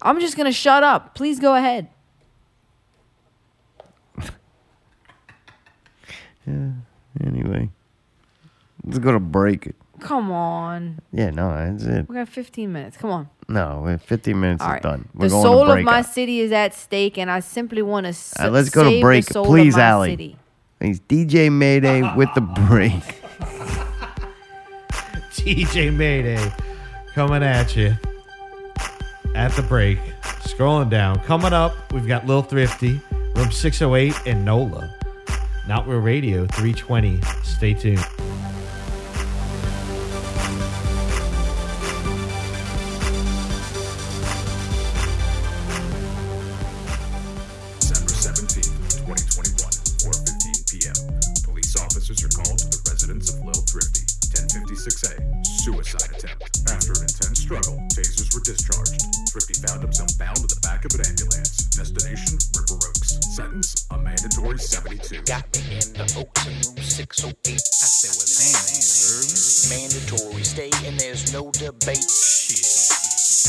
Speaker 3: I'm just gonna shut up. Please go ahead.
Speaker 6: Anyway, let's go to break.
Speaker 3: Come on.
Speaker 6: Yeah, no, that's it.
Speaker 3: We got 15 minutes. Come on.
Speaker 6: No, we're 15 minutes
Speaker 3: All
Speaker 6: is
Speaker 3: right.
Speaker 6: done. We're
Speaker 3: The
Speaker 6: going
Speaker 3: soul
Speaker 6: to
Speaker 3: of
Speaker 6: break.
Speaker 3: my
Speaker 6: up.
Speaker 3: city is at stake, and I simply want to. S-
Speaker 6: All right, Uh, let's go to
Speaker 3: save the
Speaker 6: break.
Speaker 3: soul of
Speaker 6: Please,
Speaker 3: my
Speaker 6: Allie.
Speaker 3: city.
Speaker 6: He's DJ Mayday with the break.
Speaker 4: TJ Mayday coming at you at the break. Scrolling down. Coming up, we've got Lil Thrifty, Room 608, and NOLA. Not Real Radio 320. Stay tuned.
Speaker 10: December 17th, 2021, 4.15 p.m. Police officers are called to the residence of Lil Thrifty, 1056A, suicide attempt. After an intense struggle, tasers were discharged. Thrifty found himself bound to the back of an ambulance. Destination, River Oaks. Sentence, a mandatory 72.
Speaker 12: Got me in the Oaks in room 608. I said, well, damn, sir. Mandatory stay, and there's no debate.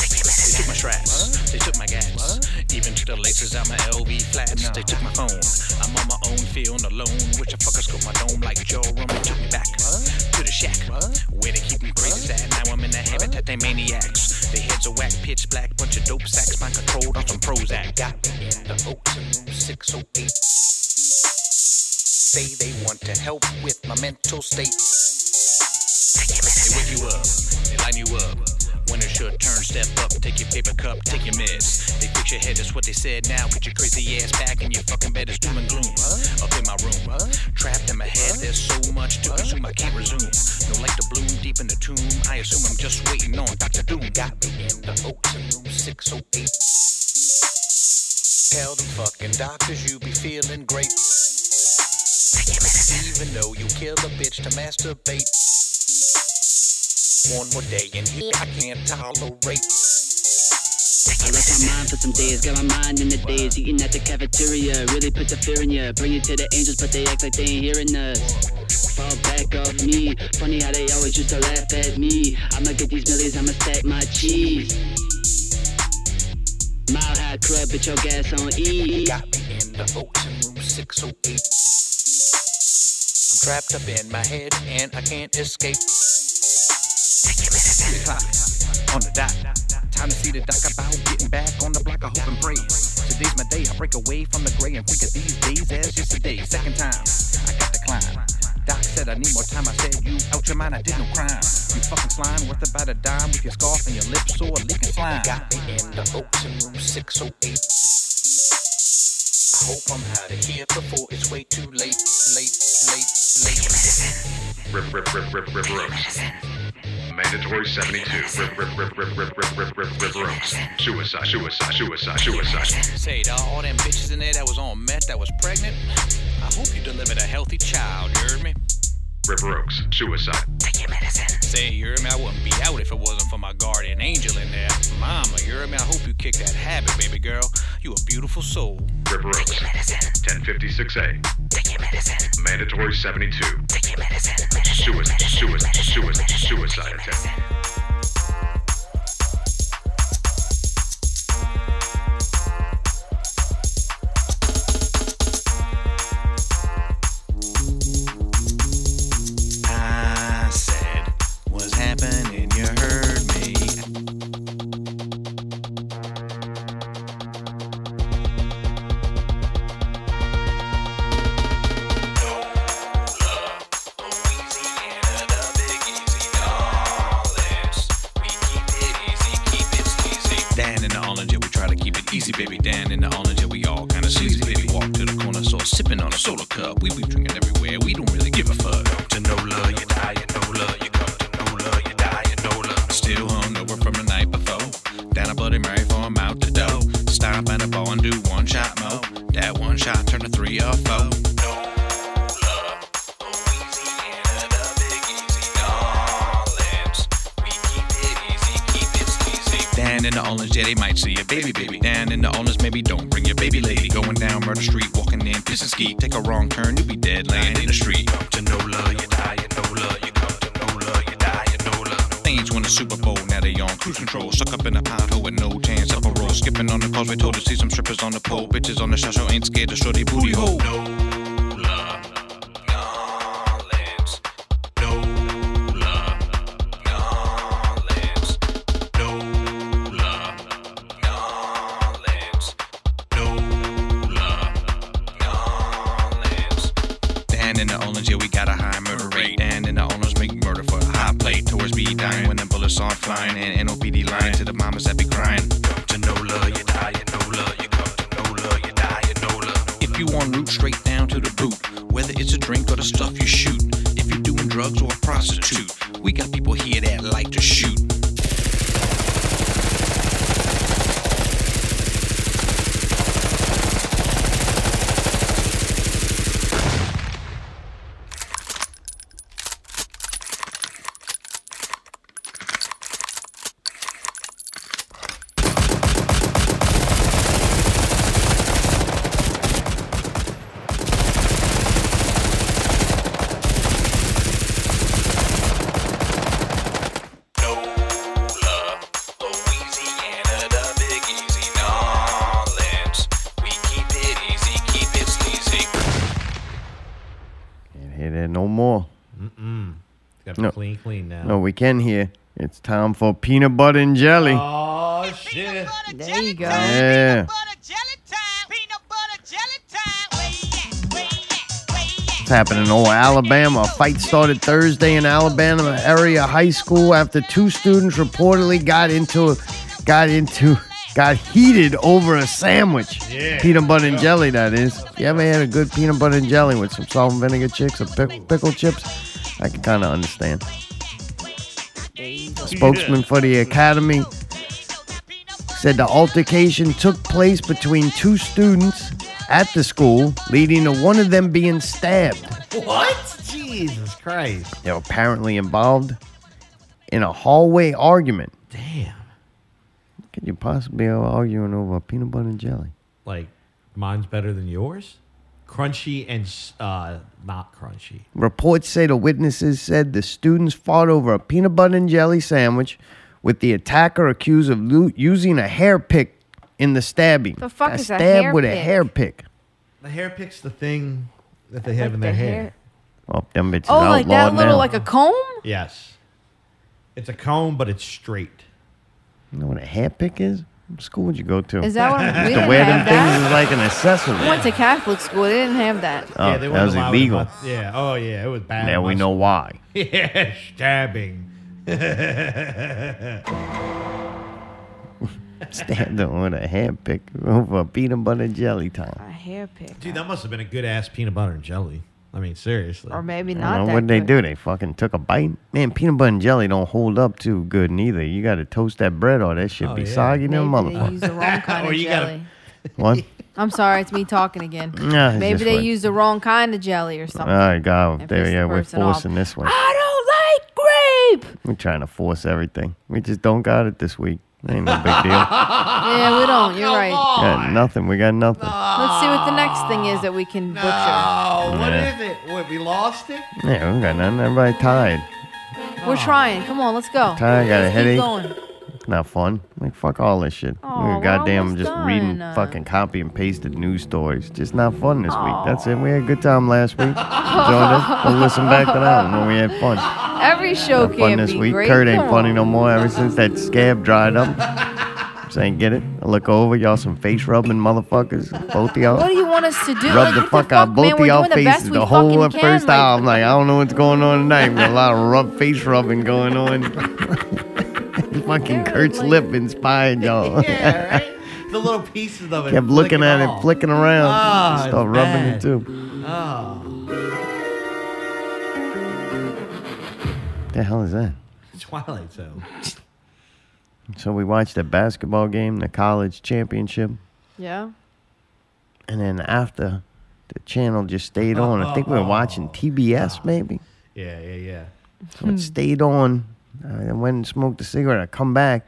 Speaker 12: They took my straps. They took my gas. Even took the laces out my LV flats. They took my phone. I'm on my own, feeling alone. Which the fuckers got my dome like Joe Roman. Took me back to the shack. Where they keep me crazy at. Now I'm in the habit that they maniacs. They heads are whack, pitch black. Bunch of dope sacks. Mind controlled on some Prozac. Got me in the Oaks in room 608 say they want to help with my mental state. They wake you up, they line you up. When it's your turn, step up, take your paper cup, take your meds. They fix your head, that's what they said. Now put your crazy ass back in your fucking bed, it's doom and gloom. Up in my room, trapped in my head, there's so much to consume, I can't resume. No light to bloom deep in the tomb, I assume I'm just waiting on Dr. Doom. Got me in the oaks in room 608. Tell them fucking doctors you be feeling great. Even though you kill a bitch to masturbate. One more day in here, I can't tolerate.
Speaker 13: I left my mind for some days, got my mind in the days, eating at the cafeteria, really puts a fear in ya. Bring it to the angels, but they act like they ain't hearing us. Fall back off me, funny how they always used to laugh at me. I'ma get these millies, I'ma stack my cheese. Mile high club, bitch, your gas on E.
Speaker 12: Got me in the oaks in room 608. I'm oh trapped up in my head and I can't escape. Three o'clock on the dot. Time to see the doc about getting back on the block. I hope and pray. Today's my day. I break away from the gray and think of these days as yesterday. Second time, I got to climb. Doc said I need more time. I said you out your mind. I did no crime. You fucking slime worth about a dime with your scarf and your lips sore leaking slime. Got me in the oaks in room 608. I hope I'm out of here before it's way too late, late, late, late.
Speaker 10: Rip, rip, rip, rip, River Oaks. Mandatory 72. Rip, rip, rip, rip, rip, rip, rip, rip, River Oaks. Suicide, suicide, suicide, suicide.
Speaker 12: Say to all them bitches in there that was on meth, that was pregnant, I hope you delivered a healthy child, you heard me?
Speaker 10: River Oaks. Suicide.
Speaker 12: Say, you heard me, I wouldn't be out if it wasn't for my guardian angel in there. Mama, you heard me, I hope you kick that habit, baby girl. You a beautiful soul.
Speaker 10: River Oaks. 1056A. Mandatory 72. Suicide, suicide, suicide, suicide attempt.
Speaker 12: I said, what's happening? You heard me. Dan in the orange, yeah, we try to keep it easy, baby. Dan in the orange, yeah, we all kind of sleazy, baby. Walk to the corner, store, sipping on a soda cup. We be drinking everywhere, we don't really give a fuck. To know down in the islands, yeah, they might see a baby baby. Down in the islands, maybe don't bring your baby lady. Going down Murder Street, walking in piss and ski. Take a wrong turn, you'll be dead laying in the street. Come to Nola, you die in Nola. You come to Nola, you die in Nola. They ain't won the Super Bowl, now they on cruise control. Suck up in a pothole with no chance of a roll. Skipping on the causeway, told to see some strippers on the pole. Bitches on the shot show ain't scared to show they booty hole. Nola, Nolens. Nola, Nolens. Nola, Nolens. Nola, Nolens. Dan in the Olins, yeah, we got a high murder rate. Dan in the Olins make murder for a high plate. Towards be dying when the bullets are flying. And NOPD lying to the mamas that be crying. Come to Nola, you die in Nola. You come to Nola, you die in Nola. If you on route straight down to the boot, whether it's a drink or the stuff you shoot. If you're doing drugs or a prostitute, we got people here that like to shoot.
Speaker 6: Can't hear that no more.
Speaker 4: Mm-mm. It's got to be
Speaker 6: No.
Speaker 4: clean, clean now.
Speaker 6: No, we can hear. It's time for peanut butter and jelly.
Speaker 4: Oh, shit.
Speaker 3: There you go.
Speaker 6: yeah. It's happening in old Alabama. A fight started Thursday in Alabama area high school after two students reportedly got into got into got heated over a sandwich.
Speaker 2: Yeah.
Speaker 6: Peanut butter and jelly, that is. You ever had a good peanut butter and jelly with some salt and vinegar chips or pick, pickle chips? I can kind of understand. Spokesman for the academy said the altercation took place between two students at the school, leading to one of them being stabbed.
Speaker 4: What? Jesus Christ.
Speaker 6: They're apparently involved in a hallway argument.
Speaker 4: Damn.
Speaker 6: Could you possibly be arguing over peanut butter and jelly?
Speaker 4: Like, mine's better than yours? Crunchy and s- uh, not crunchy.
Speaker 6: Reports say the witnesses said the students fought over a peanut butter and jelly sandwich, with the attacker accused of lo- using a hair pick in the stabbing.
Speaker 3: The fuck
Speaker 6: Got
Speaker 3: is a
Speaker 6: stabbed
Speaker 3: hair
Speaker 6: with a
Speaker 3: pick?
Speaker 6: hair pick.
Speaker 4: The hair pick's the thing that they have
Speaker 3: Like
Speaker 4: in their
Speaker 3: the
Speaker 4: hair.
Speaker 3: hair-
Speaker 6: Oh, them bitches
Speaker 3: Oh, like that
Speaker 6: outlawed
Speaker 3: little,
Speaker 6: now.
Speaker 3: like a comb?
Speaker 4: Yes. It's a comb, but it's straight.
Speaker 6: You know what a hair pick is? What school would you go to?
Speaker 3: Is that what
Speaker 6: Used
Speaker 3: we
Speaker 6: to
Speaker 3: didn't
Speaker 6: wear them
Speaker 3: have
Speaker 6: things
Speaker 3: that?
Speaker 6: is like an accessory.
Speaker 3: I went to Catholic school. They didn't have that.
Speaker 6: Oh,
Speaker 4: they
Speaker 6: that
Speaker 4: wouldn't
Speaker 6: was
Speaker 4: allow it in
Speaker 6: illegal.
Speaker 4: my- yeah. Oh, yeah. It was bad.
Speaker 6: Now
Speaker 4: in
Speaker 6: we
Speaker 4: my
Speaker 6: know why.
Speaker 4: Yeah, stabbing. That's
Speaker 6: Stand on with a hair pick over a peanut butter jelly time.
Speaker 3: A hair pick.
Speaker 4: Dude, that must have been a good ass peanut butter and jelly. I mean, seriously.
Speaker 3: Or maybe
Speaker 6: I
Speaker 3: not
Speaker 6: don't know
Speaker 3: that.
Speaker 6: what they
Speaker 3: good.
Speaker 6: do. They fucking took a bite. Man, peanut butter and jelly don't hold up too good neither. You got to toast that bread or that shit
Speaker 4: Oh,
Speaker 6: be
Speaker 4: yeah.
Speaker 6: soggy than a
Speaker 3: Maybe they use
Speaker 6: motherfucker.
Speaker 3: the wrong kind
Speaker 4: Or
Speaker 3: of
Speaker 4: you gotta-
Speaker 3: jelly.
Speaker 6: What?
Speaker 3: I'm sorry, it's me talking again.
Speaker 6: Nah, it's
Speaker 3: Maybe
Speaker 6: just
Speaker 3: they
Speaker 6: what-
Speaker 3: use the wrong kind of jelly or
Speaker 6: All
Speaker 3: something.
Speaker 6: right, God,
Speaker 3: It
Speaker 6: there,
Speaker 3: pissed
Speaker 6: yeah,
Speaker 3: the
Speaker 6: we're
Speaker 3: person off.
Speaker 6: forcing this one.
Speaker 3: Ah! I don't like grape.
Speaker 6: We're trying to force everything. We just don't got it this week. Ain't no big deal.
Speaker 3: Yeah, we don't. You're right.
Speaker 6: Got nothing. We got nothing.
Speaker 3: Let's see what the next thing is that we can butcher.
Speaker 4: Oh, what
Speaker 6: Yeah.
Speaker 4: is it? What, we lost it? Oh.
Speaker 6: Yeah, we got nothing. Everybody tired.
Speaker 3: We're trying. Come on, let's go.
Speaker 6: Tired. Got
Speaker 3: Oh, Let's
Speaker 6: a
Speaker 3: keep
Speaker 6: headache.
Speaker 3: going.
Speaker 6: Not fun. Like fuck all this shit.
Speaker 3: Aw,
Speaker 6: we
Speaker 3: we're
Speaker 6: were goddamn
Speaker 3: almost
Speaker 6: just reading
Speaker 3: done.
Speaker 6: fucking copy and pasted news stories. Just not fun this week. That's it. We had a good time last week. Join us. We'll listen back to that one when we had fun.
Speaker 3: Every show
Speaker 6: Not fun
Speaker 3: can
Speaker 6: this
Speaker 3: be
Speaker 6: week.
Speaker 3: great.
Speaker 6: Kurt ain't
Speaker 3: Come
Speaker 6: funny
Speaker 3: on.
Speaker 6: no more ever since that scab dried up. Saying get it. I look over y'all some face rubbing motherfuckers. Both of y'all.
Speaker 3: What do you want us to do?
Speaker 6: Rub
Speaker 3: Like,
Speaker 6: the
Speaker 3: what
Speaker 6: fuck out both
Speaker 3: man?
Speaker 6: of
Speaker 3: We're
Speaker 6: y'all
Speaker 3: doing the best
Speaker 6: faces
Speaker 3: we
Speaker 6: the whole
Speaker 3: fucking
Speaker 6: first
Speaker 3: can,
Speaker 6: hour. I'm like, I don't know what's going on tonight. but a lot of rub face rubbing going on. fucking Kurt's lip inspired y'all.
Speaker 4: Yeah, right? the little pieces of it.
Speaker 6: Kept looking
Speaker 4: flicking
Speaker 6: at
Speaker 4: off.
Speaker 6: it, flicking around.
Speaker 4: Ah, it's
Speaker 6: Start rubbing
Speaker 4: bad.
Speaker 6: it too.
Speaker 4: Oh.
Speaker 6: The hell is that?
Speaker 4: Twilight Zone.
Speaker 6: So we watched the basketball game, the college championship,
Speaker 3: Yeah.
Speaker 6: and then after, the channel just stayed on. I think we were watching TBS maybe.
Speaker 4: Yeah, yeah, yeah.
Speaker 6: So it stayed on. I went and smoked a cigarette. I come back,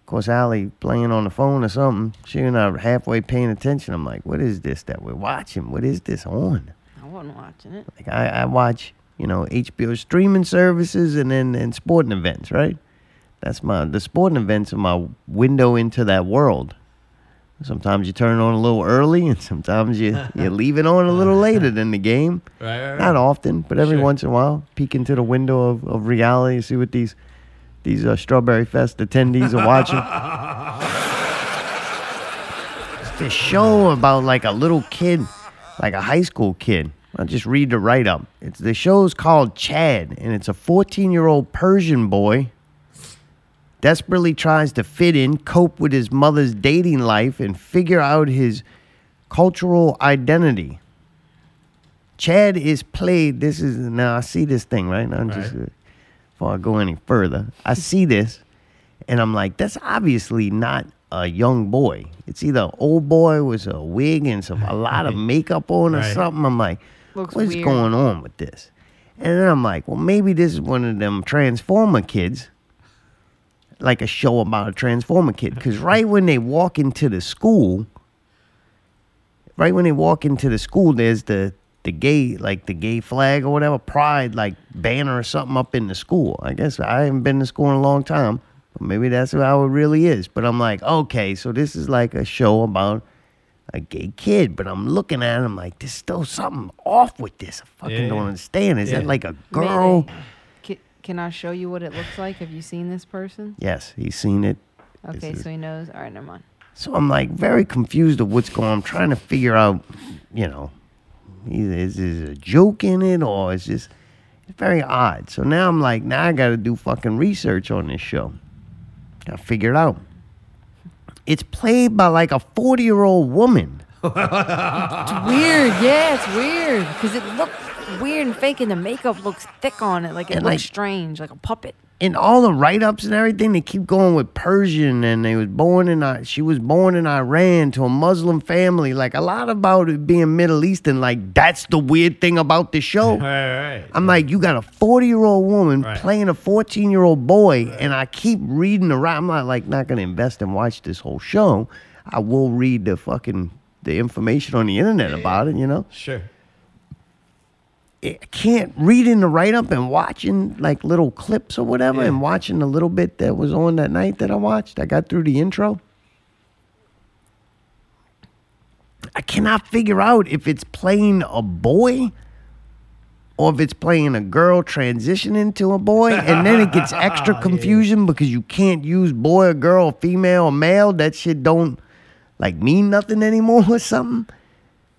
Speaker 5: Of course, Allie playing on the phone or something. She and I were halfway paying attention. I'm like, what is this that we're watching? What is this on?
Speaker 3: I wasn't watching it.
Speaker 5: Like I, I watch, you know, HBO streaming services and then and sporting events, right? That's my the sporting events are my window into that world. Sometimes you turn it on a little early, and sometimes you you leave it on a little later than the game.
Speaker 4: Right, right, right.
Speaker 5: Not often, but every once in a while, peek into the window of, of reality, see what these these uh, Strawberry Fest attendees are watching. It's this show about like a little kid, like a high school kid. I'll just read the write up. It's the show's called Chad, and it's a 14 year old Persian boy desperately tries to fit in, cope with his mother's dating life, and figure out his cultural identity. Chad is played. This is now I see this thing right now. I'm just uh, before I go any further, I see this, and I'm like, that's obviously not a young boy. It's either an old boy with a wig and some a lot of makeup on or
Speaker 6: Right.
Speaker 5: something. I'm like,
Speaker 6: Looks
Speaker 5: what's
Speaker 6: weird.
Speaker 5: going on with this? And then I'm like, well, maybe this is one of them Transformer kids like a show about a transformer kid because right when they walk into the school right when they walk into the school there's the the gay like the gay flag or whatever pride like banner or something up in the school i guess i haven't been to school in a long time but maybe that's how it really is but i'm like okay so this is like a show about a gay kid but i'm looking at it i'm like there's still something off with this i fucking
Speaker 3: Yeah,
Speaker 5: don't
Speaker 3: yeah.
Speaker 5: understand is that
Speaker 3: Yeah.
Speaker 5: like a
Speaker 3: Maybe.
Speaker 5: girl
Speaker 3: Can, can I show you what it looks like? Have you seen this person?
Speaker 5: yes he's seen it
Speaker 3: Okay, so he knows. All right, never mind.
Speaker 5: So I'm like very confused of what's going on. I'm trying to figure out, you know, either is there a joke in it or it's just it's very odd. So now I'm like, now I got to do fucking research on this show. I figure it out. It's played by like a 40 year old woman.
Speaker 3: It's weird. Yeah, it's weird because it looked weird and fake, and the makeup looks thick on it. Like it
Speaker 5: And,
Speaker 3: looks
Speaker 5: like-
Speaker 3: strange, like a puppet.
Speaker 5: in all the write-ups and everything, they keep going with Persian, and they was born in I- she was born in Iran to a Muslim family. Like a lot about it being Middle Eastern. Like that's the weird thing about the show. I'm like, you got a 40 year old woman playing a 14 year old boy, and I keep reading the right. I'm not like not gonna invest and watch this whole show. I will read the fucking the information on the internet about it. You know.
Speaker 4: Sure.
Speaker 5: I can't reading the write up and watching like little clips or whatever and watching the little bit that was on that night that I watched. I got through the intro. I cannot figure out if it's playing a boy or if it's playing a girl transitioning to a boy. And then it gets extra confusion because you can't use boy or girl, female or male. That shit don't like mean nothing anymore or something.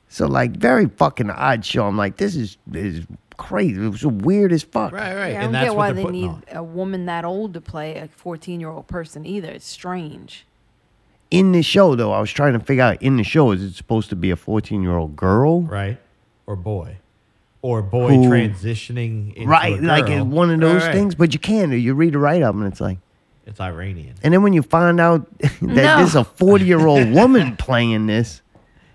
Speaker 5: So like very fucking odd show. I'm like, this is is crazy. It was weird as fuck.
Speaker 3: Yeah, I don't get why they need a woman that old to play a 14 year old person either. It's strange.
Speaker 5: In the show though, I was trying to figure out in the show is it supposed to be a 14 year old girl, right,
Speaker 4: or boy, or boy
Speaker 5: Who-
Speaker 4: transitioning into
Speaker 5: right?
Speaker 4: a
Speaker 5: Like it's
Speaker 4: girl.
Speaker 5: one of those
Speaker 4: Right.
Speaker 5: things. But you can you read the write up and it's like,
Speaker 4: It's Iranian.
Speaker 5: and then when you find out that
Speaker 4: No.
Speaker 5: this is a 40 year old woman playing this.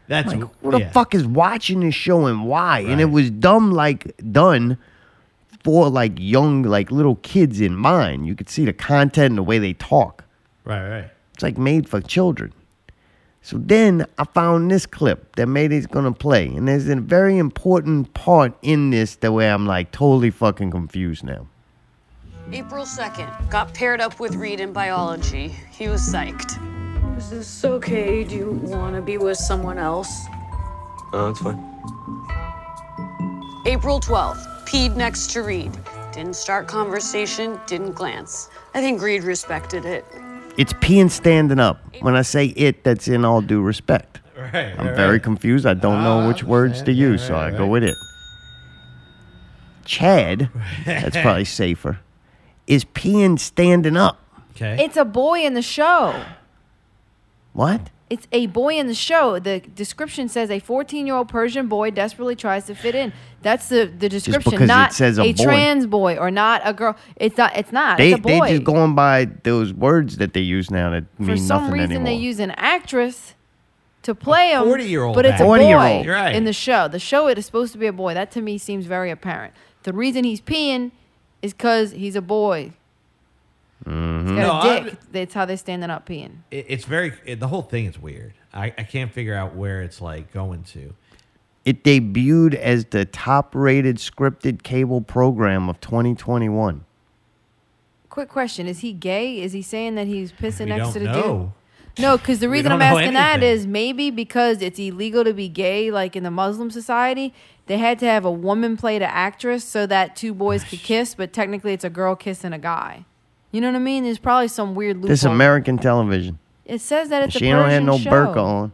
Speaker 4: That's
Speaker 5: like, who the
Speaker 4: yeah.
Speaker 5: fuck is watching this show and why? And it was dumb, like done for like young, like little kids in mind. You could see the content and the way they talk.
Speaker 4: Right, right.
Speaker 5: It's like made for children. So then I found this clip that Mayday's gonna play, and there's a very important part in this that where I'm like totally fucking confused now.
Speaker 14: April 2nd, got paired up with Reed in biology. He was psyched. Is this okay? Do you want to be with someone else?
Speaker 7: Oh, that's fine.
Speaker 14: April 12th, peed next to Reed. Didn't start conversation, didn't glance. I think Reed respected it.
Speaker 5: It's peeing standing up. When I say it, that's in all due respect.
Speaker 4: Right.
Speaker 5: I'm very confused. I don't know which words to use, so I go with it. Chad, that's
Speaker 3: Ah,
Speaker 5: probably safer, is peeing standing up.
Speaker 4: Okay.
Speaker 3: It's a boy in the show.
Speaker 5: What?
Speaker 3: It's a boy in the show. The description says a 14 year old Persian boy desperately tries to fit in. That's the, the description.
Speaker 5: because it
Speaker 3: not
Speaker 5: says a boy.
Speaker 3: trans boy or not a girl. It's not. It's not.
Speaker 5: They
Speaker 3: it's a boy.
Speaker 5: they just going by those words that they use now that
Speaker 3: For
Speaker 5: mean
Speaker 3: some
Speaker 5: nothing
Speaker 3: reason,
Speaker 5: anymore.
Speaker 3: they use an actress to play him.
Speaker 5: 40-year-old
Speaker 3: but it's a
Speaker 5: actor.
Speaker 3: boy
Speaker 5: 40-year-old. You're right.
Speaker 3: in the show. The show it is supposed to be a boy. That to me seems very apparent. The reason he's peeing is because he's a boy.
Speaker 6: Mm-hmm.
Speaker 3: It's
Speaker 4: No,
Speaker 3: got
Speaker 4: I-
Speaker 3: a dick. That's how they're standing up peeing.
Speaker 4: It, it's very it, the whole thing is weird. I, I can't figure out where it's like going to.
Speaker 6: It debuted as the top rated scripted cable program of 2021.
Speaker 3: Quick question: Is he gay? Is he saying that he's pissing
Speaker 6: We
Speaker 3: next
Speaker 6: don't
Speaker 3: to the
Speaker 6: know.
Speaker 3: dude? No, because the
Speaker 6: We
Speaker 3: reason
Speaker 6: don't
Speaker 3: I'm
Speaker 6: know
Speaker 3: asking that
Speaker 6: anything.
Speaker 3: is maybe because it's illegal to be gay, like in the Muslim society, they had to have a woman play the actress so that two boys could kiss, but technically it's a girl kissing a guy. You know what I mean? There's probably some weird loophole.
Speaker 6: This American television.
Speaker 3: It says that it's
Speaker 6: she
Speaker 3: a
Speaker 6: don't have
Speaker 3: Persian
Speaker 6: no
Speaker 3: show.
Speaker 6: burqa on.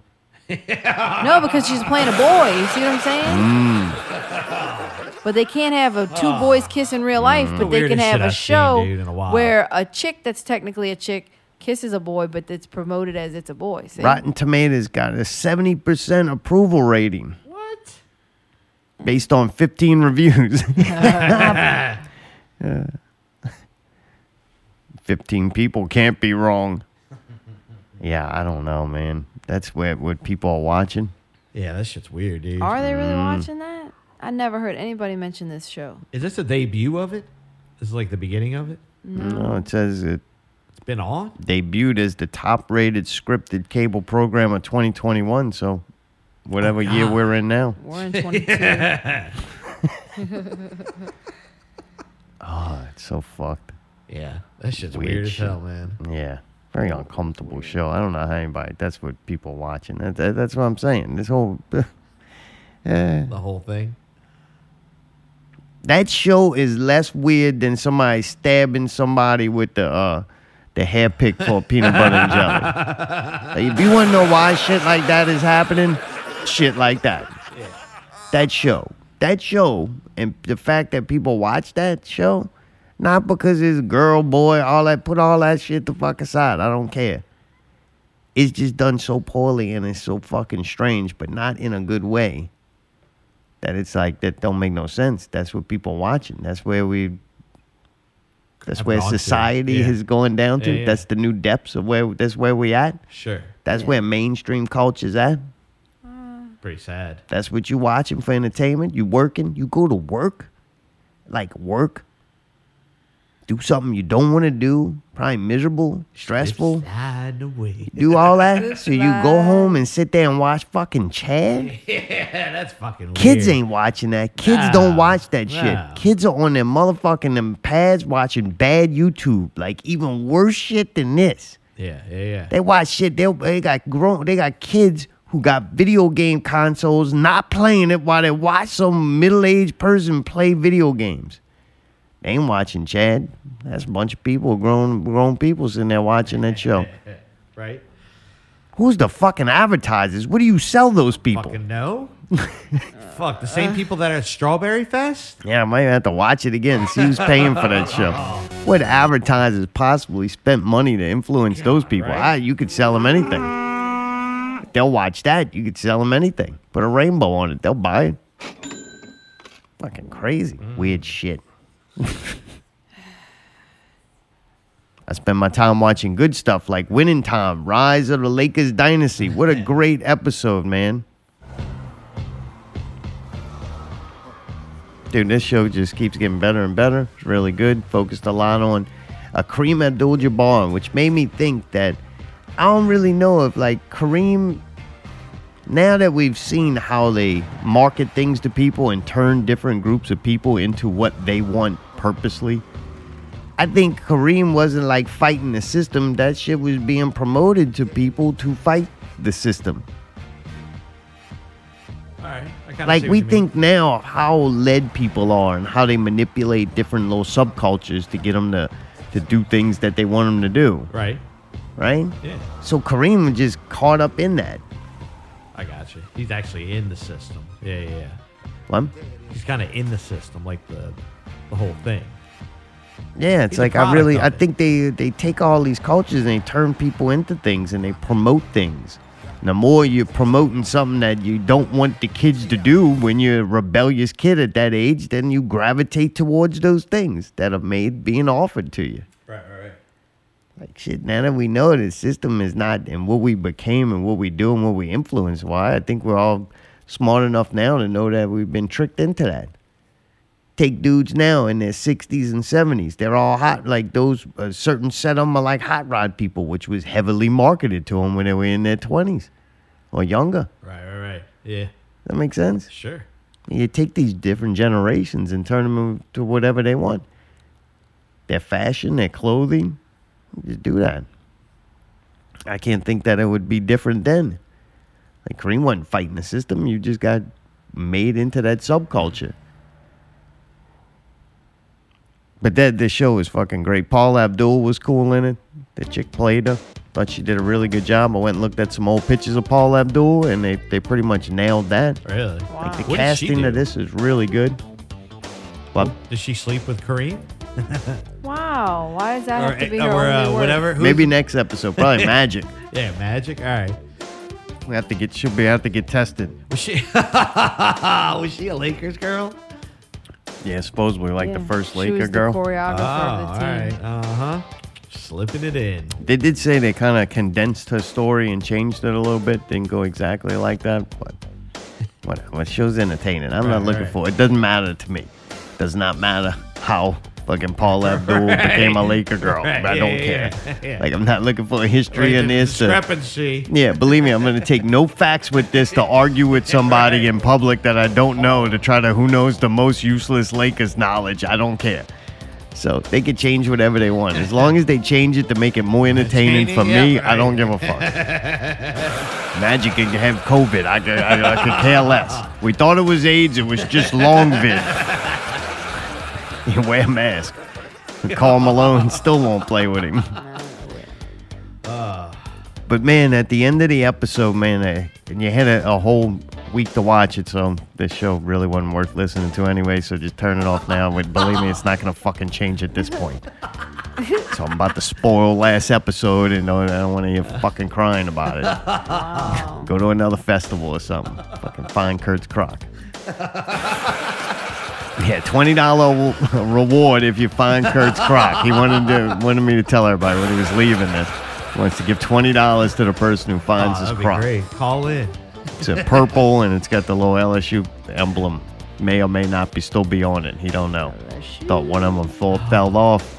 Speaker 3: No, because she's playing a boy. You see what I'm saying?
Speaker 6: Mm.
Speaker 3: But they can't have a two
Speaker 4: Ah.
Speaker 3: boys kiss in real life,
Speaker 4: Mm.
Speaker 3: but they can
Speaker 4: Weirdest
Speaker 3: have
Speaker 4: shit
Speaker 3: a
Speaker 4: I've seen,
Speaker 3: show
Speaker 4: dude, in a while.
Speaker 3: where a chick that's technically a chick kisses a boy, but it's promoted as it's a boy. See?
Speaker 6: Rotten Tomatoes got a 70% approval rating. What? Based on 15 reviews. Yeah. 15 people can't be wrong. Yeah, I don't know, man. That's what, what people are watching.
Speaker 4: Yeah, that shit's weird, dude.
Speaker 3: Are they really watching that? I never heard anybody mention this show.
Speaker 4: Is this the debut of it? This is like the beginning of it.
Speaker 6: No, it says it
Speaker 4: It's been on.
Speaker 6: debuted as the top rated scripted cable program of 2021. So,
Speaker 4: Oh,
Speaker 6: whatever year we're in now.
Speaker 3: We're in 22.
Speaker 6: Oh, it's so fucked.
Speaker 4: Yeah, that shit's weird as hell, man.
Speaker 6: Yeah, very uncomfortable show. I don't know how anybody. That's what people watching. That, that- that's what I'm saying. This whole eh.
Speaker 4: The whole thing.
Speaker 6: that show is less weird than somebody stabbing somebody with the uh the hair pick for peanut butter and jelly. Like, if you want to know why shit like that is happening, shit like that. That show. That show and the fact that people watch that show, not because it's girl, boy, all that, put all that shit the fuck aside. I don't care. It's just done so poorly and it's so fucking strange, but not in a good way. That it's like that don't make no sense. That's what people watching. That's where we that's
Speaker 4: Have
Speaker 6: where
Speaker 4: gone to.
Speaker 6: society
Speaker 4: Yeah.
Speaker 6: is going down to.
Speaker 4: Yeah, yeah.
Speaker 6: That's the new depths of where that's where we at.
Speaker 4: Sure.
Speaker 6: That's where mainstream culture's at.
Speaker 4: Pretty sad.
Speaker 6: That's what you watching for entertainment. You working. You go to work. Like work. Do something you don't want to do. Probably miserable, stressful.
Speaker 4: Hide away.
Speaker 6: Do all that. So you go home and sit there and watch fucking Chad.
Speaker 4: Yeah, that's fucking
Speaker 6: Kids
Speaker 4: weird.
Speaker 6: ain't watching that. Kids
Speaker 4: Nah,
Speaker 6: don't watch that
Speaker 4: nah.
Speaker 6: shit. Kids are on their motherfucking them pads watching bad YouTube. Like even worse shit than this.
Speaker 4: Yeah, yeah, yeah.
Speaker 6: They watch shit. They, they got grown. They got kids who got video game consoles not playing it while they watch some middle aged person play video games. They ain't watching Chad. That's a bunch of people, grown grown people sitting there watching that show.
Speaker 4: Right?
Speaker 6: Who's the fucking advertisers? What do you sell those people?
Speaker 4: Fucking no. Fuck,
Speaker 3: Uh.
Speaker 4: the same people that are at Strawberry Fest?
Speaker 6: Yeah, I might have to watch it again. See who's paying for that show. What advertisers possibly spent money to influence those people? Ah, you could sell them anything. They'll watch that. You could sell them anything. Put a rainbow on it. They'll buy it. Fucking crazy. Weird shit. I spend my time watching good stuff like Winning Time, Rise of the Lakers Dynasty. What a great episode, man. Dude, this show just keeps getting better and better. It's really good. Focused a lot on a Kareem Abdul-Jabbar, which made me think that I don't really know if like Kareem. Now that we've seen how they market things to people and turn different groups of people into what they want purposely, I think Kareem wasn't like fighting the system. That shit was being promoted to people to fight the system
Speaker 4: All right. I kinda
Speaker 6: like
Speaker 4: see what
Speaker 6: we
Speaker 4: you mean.
Speaker 6: think now of how led people are and how they manipulate different little subcultures to get them to to do things that they want them to do
Speaker 4: Right.
Speaker 6: right
Speaker 4: Yeah.
Speaker 6: so kareem was just caught up in that
Speaker 4: I got you. He's actually in the system. Yeah, yeah, yeah.
Speaker 6: What?
Speaker 4: He's kind of in the system, like the the whole thing.
Speaker 6: yeah it's
Speaker 4: He's a
Speaker 6: like i
Speaker 4: product
Speaker 6: really
Speaker 4: of
Speaker 6: i
Speaker 4: it.
Speaker 6: think they they take all these cultures and they turn people into things and they promote things and the more you're promoting something that you don't want the kids to do when you're a rebellious kid at that age then you gravitate towards those things that are made being offered to you
Speaker 4: Right, right, right.
Speaker 6: Like shit, now that we know the system is not and what we became and what we do and what we influence, why I think we're all smart enough now to know that we've been tricked into that. take dudes now in their 60s and 70s. They're all hot. Like those, a certain set of them are like hot rod people, which was heavily marketed to them when they were in their 20s or younger.
Speaker 4: Right, right, right. Yeah.
Speaker 6: That makes sense?
Speaker 4: Sure.
Speaker 6: You take these different generations and turn them to whatever they want their fashion, their clothing. Just do that. I can't think that it would be different then. Like Kareem wasn't fighting the system. You just got made into that subculture. But that this show is fucking great. Paul Abdul was cool in it. The chick played her. Thought she did a really good job. I went and looked at some old pictures of Paul Abdul, and they, they pretty much nailed that. Like
Speaker 4: Really?
Speaker 6: the
Speaker 4: What did she
Speaker 6: casting
Speaker 4: do?
Speaker 6: of this is really good. But
Speaker 4: Does she sleep with Kareem?
Speaker 3: Wow. Why does that
Speaker 4: Or,
Speaker 3: have to be
Speaker 4: uh,
Speaker 3: her
Speaker 4: or,
Speaker 3: only
Speaker 4: uh,
Speaker 3: word?
Speaker 4: whatever. Who's-
Speaker 6: maybe next episode, probably Magic.
Speaker 4: Yeah, magic. All right.
Speaker 6: We have to get she'll be have to get tested.
Speaker 4: Was she? was she a Lakers girl?
Speaker 6: Yeah, supposedly like the
Speaker 4: Yeah,
Speaker 6: first
Speaker 4: she
Speaker 6: Laker
Speaker 4: was the
Speaker 6: girl.
Speaker 4: choreographer of the Oh, team. all right. Uh huh. Slipping it in.
Speaker 6: They did say they kind of condensed her story and changed it a little bit. Didn't go exactly like that, but whatever. The show's entertaining. I'm not
Speaker 4: Right,
Speaker 6: looking
Speaker 4: right.
Speaker 6: for it. Doesn't matter to me. Does not matter how fucking Paul Abdul became a
Speaker 4: Right.
Speaker 6: Laker girl.
Speaker 4: Right,
Speaker 6: I
Speaker 4: yeah,
Speaker 6: don't
Speaker 4: yeah,
Speaker 6: care.
Speaker 4: yeah.
Speaker 6: Like I'm not looking for a history
Speaker 4: Right,
Speaker 6: in
Speaker 4: the
Speaker 6: this. to-
Speaker 4: discrepancy.
Speaker 6: yeah, believe me, I'm gonna take no facts with this to argue with somebody in public that I don't know to try to who knows the most useless Lakers knowledge. I don't care. So they could change whatever they want. As long as they change it to make it more entertaining for me, I don't give a fuck. Magic can have COVID. I could, I, I could care less. We thought it was AIDS. It was just long vid. You wear a mask. And Carl Malone still won't play with him. But man, at the end of the episode, man, I, and you had a, a whole week to watch it, so this show really wasn't worth listening to anyway. So just turn it off now. But believe me, it's not gonna fucking change at this point. So I'm about to spoil last episode, and I don't want to hear fucking crying about it. Go to another festival or something. Fucking find Kurt's Croc. Yeah, twenty dollar reward if you find Kurt's Croc. He wanted to wanted me to tell everybody when he was leaving this. He wants to give twenty dollars to the person who finds
Speaker 4: Oh,
Speaker 6: his
Speaker 4: that'd be
Speaker 6: croc.
Speaker 4: great. Call in.
Speaker 6: It's a purple and it's got the little LSU emblem. May or may not be still be on it. He don't know. Thought one of them fall, fell off.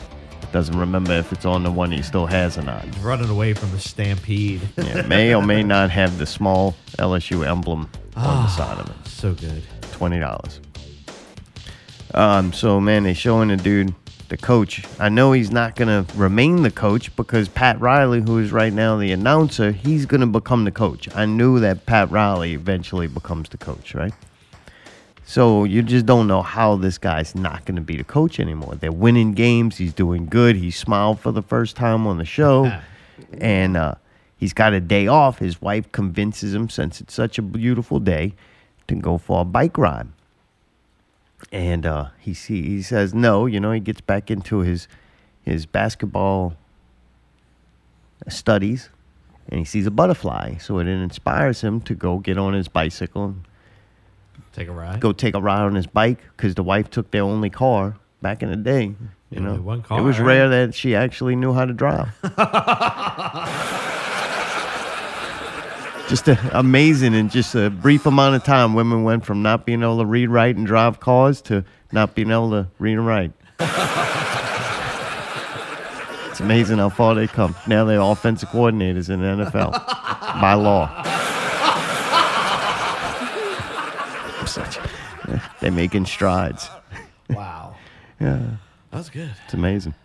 Speaker 6: Doesn't remember if it's on the one he still has or not.
Speaker 4: Running away from the stampede.
Speaker 6: Yeah, may or may not have the small LSU emblem on the side of it.
Speaker 4: Ah, So good.
Speaker 6: Twenty dollars. Um, so man, they showing the dude, the coach. I know he's not gonna remain the coach because Pat Riley, who is right now the announcer, he's gonna become the coach. I knew that Pat Riley eventually becomes the coach, right? So you just don't know how this guy's not gonna be the coach anymore. They're winning games. He's doing good. He smiled for the first time on the show, and uh, he's got a day off. His wife convinces him, since it's such a beautiful day, to go for a bike ride and uh, he see, he says no. You know, he gets back into his his basketball studies, and he sees a butterfly. So it inspires him to go get on his bicycle and
Speaker 4: Take a ride.
Speaker 6: go take a ride on his bike because the wife took their only car back in the day. You know,
Speaker 4: Only one
Speaker 6: it was
Speaker 4: car. eh?
Speaker 6: rare that she actually knew how to drive. just a, amazing in just a brief amount of time. Women went from not being able to read, write, and drive cars to not being able to read and write. it's amazing how far they come. Now they're offensive coordinators in the NFL by law. I'm such- They're making strides.
Speaker 4: Wow.
Speaker 6: Yeah.
Speaker 4: That's good.
Speaker 6: It's amazing.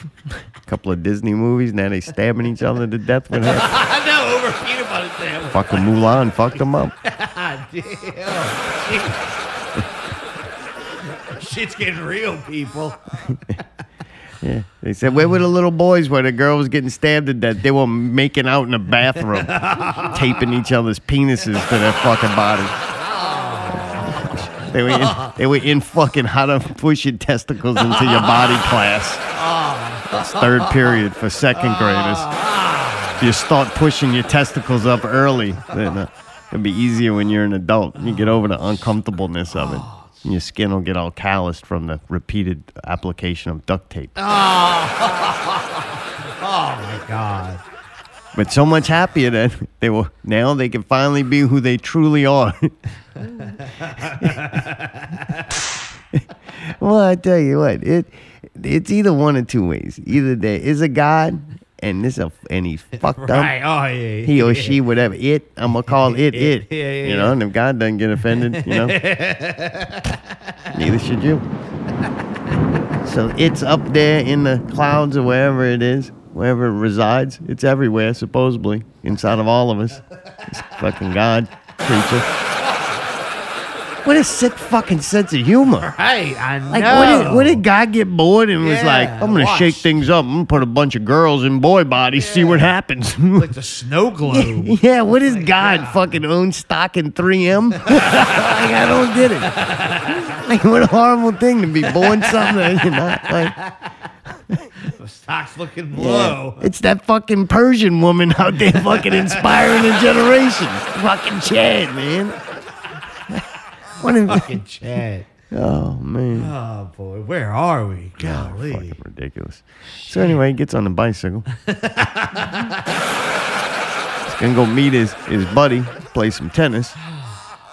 Speaker 6: A couple of Disney movies, now they stabbing each other to death with her.
Speaker 4: I know. Over peanut butter sandwich.
Speaker 6: Fucking Mulan fucked them up.
Speaker 4: God damn. Shit's getting real, people.
Speaker 6: Yeah. They said, Where were the little boys where the girl was getting stabbed to death? They were making out in the bathroom, taping each other's penises to their fucking bodies. They were, in, they were in fucking how to push your testicles into your body class. It's third period for second graders. If you start pushing your testicles up early, then uh, it'll be easier when you're an adult. You get over the uncomfortableness of it. And your skin will get all calloused from the repeated application of duct tape.
Speaker 4: Oh. oh my God.
Speaker 6: But so much happier that they will now they can finally be who they truly are. well, I tell you what, it it's either one of two ways. Either there is a God and this a, and he fucked
Speaker 4: Right.
Speaker 6: up.
Speaker 4: Oh, yeah,
Speaker 6: he or
Speaker 4: yeah.
Speaker 6: she, whatever. It, I'm gonna call it it.
Speaker 4: Yeah, yeah,
Speaker 6: you know,
Speaker 4: yeah.
Speaker 6: and if God doesn't get offended, you know, neither should you. So it's up there in the clouds or wherever it is, wherever it resides. It's everywhere, supposedly, inside of all of us. This fucking God creature. What a sick fucking sense of humor.
Speaker 4: Hey, I know.
Speaker 6: Like, what, did, what did God get bored and was
Speaker 4: Yeah,
Speaker 6: like, I'm going to
Speaker 4: watch.
Speaker 6: shake things up. I'm going to put a bunch of girls in boy bodies, see what happens. like
Speaker 4: the snow globe.
Speaker 6: yeah, what is God fucking own stock in 3M? like, I don't get it. Like, what a horrible thing to be born something that you're not like.
Speaker 4: the stock's looking
Speaker 6: yeah.
Speaker 4: low.
Speaker 6: It's that fucking Persian woman out there fucking inspiring a generation. Fucking Chad, man. What a-
Speaker 4: fucking Chad.
Speaker 6: Oh, man.
Speaker 4: Oh boy, where are we? Golly.
Speaker 6: ridiculous. So anyway, he gets on the bicycle. He's gonna go meet his, his buddy, play some tennis.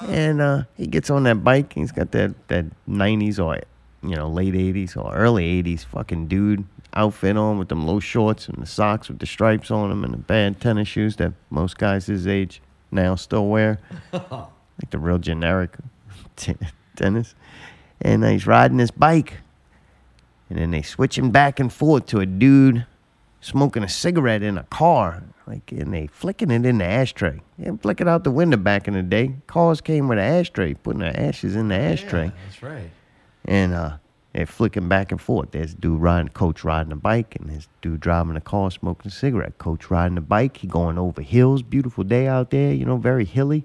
Speaker 6: And uh, he gets on that bike. He's got that, that 90s or, you know, late 80s or early 80s fucking dude outfit on with them low shorts and the socks with the stripes on them and the bad tennis shoes that most guys his age now still wear. Like the real generic ten- tennis. And uh, he's riding his bike. And then they switch him back and forth to a dude smoking a cigarette in a car. Like, and they flicking it in the ashtray. They didn't flick it out the window back in the day. Cars came with an ashtray, putting the ashes in the ashtray.
Speaker 4: That's right.
Speaker 6: And uh, they're flicking back and forth. There's dude riding, coach riding a bike, and there's dude driving a car smoking a cigarette. Coach riding a bike, he going over hills. Beautiful day out there, you know, very hilly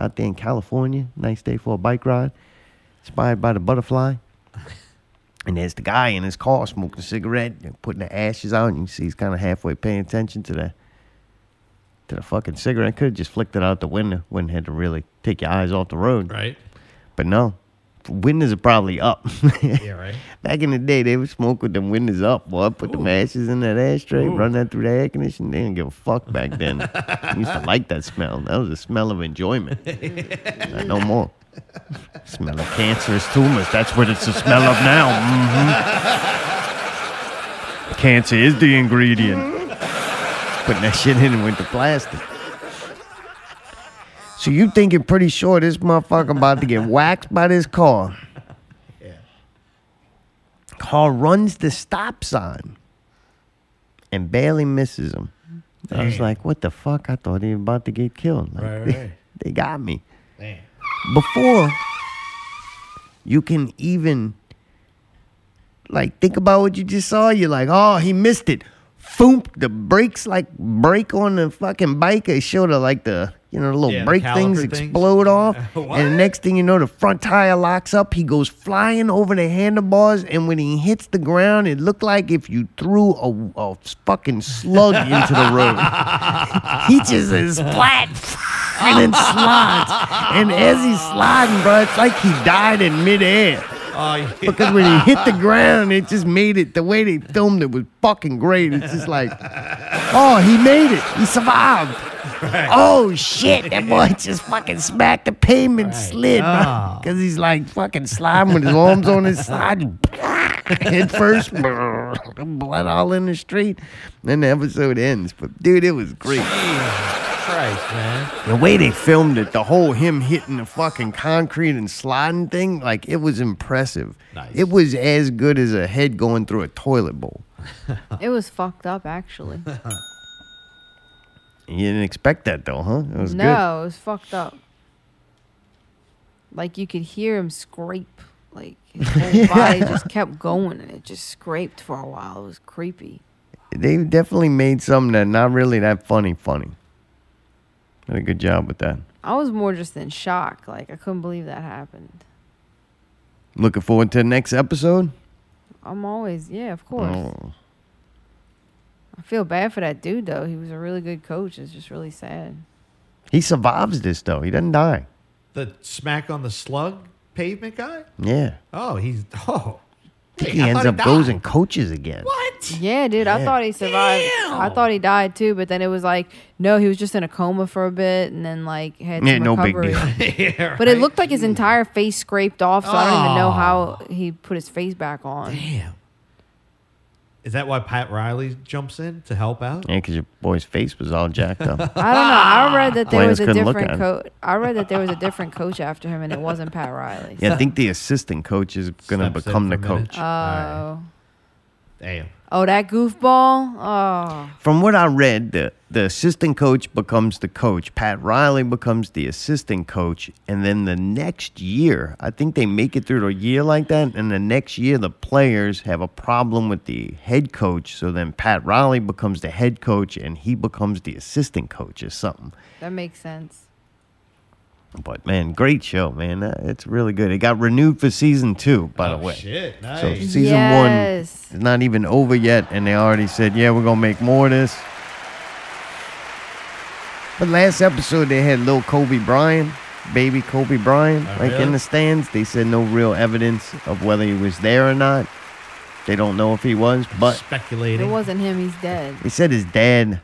Speaker 6: out there in California. Nice day for a bike ride. Inspired by the butterfly. And there's the guy in his car smoking a cigarette, and putting the ashes out. And you see he's kind of halfway paying attention to the to the fucking cigarette. Could have just flicked it out the window. Wouldn't had to really take your eyes off the road.
Speaker 4: Right.
Speaker 6: But no, windows are probably up.
Speaker 4: Yeah, right.
Speaker 6: Back in the day, they would smoke with them windows up. Boy, put the ashes in that ashtray, run that through the air conditioning. They didn't give a fuck back then. I used to like that smell. That was a smell of enjoyment. Not no more. Smell of cancerous tumors. That's what it's the smell of now. Mhm. Cancer is the ingredient. Putting that shit in with the plastic. So you thinking pretty sure this motherfucker about to get waxed by this car? car runs the stop sign and barely misses him. I was
Speaker 4: Damn.
Speaker 6: like, what the fuck? I thought he was about to get killed. Like,
Speaker 4: Right, right.
Speaker 6: they got me.
Speaker 4: Damn.
Speaker 6: Before you can even like think about what you just saw, you're like, oh, he missed it. Foomp, the brakes like break on the fucking bike. It showed her like the you know the little
Speaker 4: Yeah, the
Speaker 6: brake
Speaker 4: caliper
Speaker 6: things
Speaker 4: things.
Speaker 6: explode off,
Speaker 4: What?
Speaker 6: and the next thing you know, the front tire locks up. He goes flying over the handlebars, and when he hits the ground, it looked like if you threw a, a fucking slug into the road. he just is splat and then slides, and as he's sliding, bro, it's like he died in midair.
Speaker 4: Oh, yeah.
Speaker 6: Because when he hit the ground, it just made it. The way they filmed it was fucking great. It's just like, oh, he made it. He survived. Oh shit! That boy just fucking smacked the pavement, slid,
Speaker 4: Oh.
Speaker 6: because he's like fucking sliding with his arms on his side, head first, blood all in the street. Then the episode ends. But dude, it was great.
Speaker 4: Christ, man.
Speaker 6: The way they filmed it, the whole him hitting the fucking concrete and sliding thing, like it was impressive. It was as good as a head going through a toilet bowl.
Speaker 4: uh,
Speaker 3: It was fucked up, actually.
Speaker 6: You didn't expect that though, huh? It was
Speaker 3: no, it was fucked up. Like you could hear him scrape. Like his whole body just kept going, and it just scraped for a while. It was creepy.
Speaker 6: good. They definitely made something that not really that funny funny. Did a good job with that.
Speaker 3: I was more just in shock. Like I couldn't believe that happened.
Speaker 6: Looking forward to the next episode.
Speaker 3: I'm always yeah, of course.
Speaker 6: Oh,
Speaker 3: I feel bad for that dude though. He was a really good coach. It's just really sad.
Speaker 6: He survives this though. He doesn't die.
Speaker 4: The smack on the slug pavement guy?
Speaker 6: Yeah.
Speaker 4: Oh, he's oh.
Speaker 6: I think
Speaker 4: Hey, I
Speaker 6: he ends
Speaker 4: thought
Speaker 6: up
Speaker 4: he
Speaker 6: goes
Speaker 4: died.
Speaker 6: and coaches again.
Speaker 4: What?
Speaker 1: What?
Speaker 3: Yeah, dude. I
Speaker 1: Yeah.
Speaker 3: thought he survived. I
Speaker 1: Damn.
Speaker 3: thought he died too, but then it was like, no, he was just in a coma for a bit, and then like had
Speaker 6: Yeah,
Speaker 3: some
Speaker 6: no big
Speaker 3: recovery.
Speaker 6: deal.
Speaker 3: But it looked like his entire face scraped off, so I don't even know
Speaker 4: Aw.
Speaker 3: how he put his face back on.
Speaker 4: Damn. Is that why Pat Riley jumps in to help out?
Speaker 6: Yeah, because your boy's face was all jacked up.
Speaker 3: I don't know. I read that there
Speaker 6: Players
Speaker 3: was a
Speaker 6: couldn't look at
Speaker 3: different
Speaker 6: him.
Speaker 3: coach. I read that there was a different coach after him, and it wasn't Pat Riley.
Speaker 6: Yeah, I think the assistant coach is gonna
Speaker 4: Steps in
Speaker 6: become
Speaker 4: for
Speaker 6: the
Speaker 4: a minute.
Speaker 6: coach.
Speaker 3: Oh,
Speaker 4: Damn.
Speaker 3: oh, that goofball. Oh,
Speaker 6: From what I read, the the assistant coach becomes the coach. Pat Riley becomes the assistant coach, and then the next year, I think they make it through the year like that, and the next year the players have a problem with the head coach. So then Pat Riley becomes the head coach, and he becomes the assistant coach or something.
Speaker 3: that makes sense.
Speaker 6: But man, great show, man. Uh, It's really good. It got renewed for season two, by the way.
Speaker 4: Oh, shit,
Speaker 6: So
Speaker 4: nice.
Speaker 6: season
Speaker 3: Yes.
Speaker 6: one is not even over yet, and they already said, yeah, we're gonna make more of this. But last episode they had little Kobe Bryant, baby Kobe Bryant,
Speaker 4: Oh,
Speaker 6: like in
Speaker 4: really?
Speaker 6: the stands. They said no real evidence of whether he was there or not. They don't know if he was, but
Speaker 3: If it
Speaker 4: Speculating.
Speaker 3: wasn't him. He's dead.
Speaker 6: they said his dad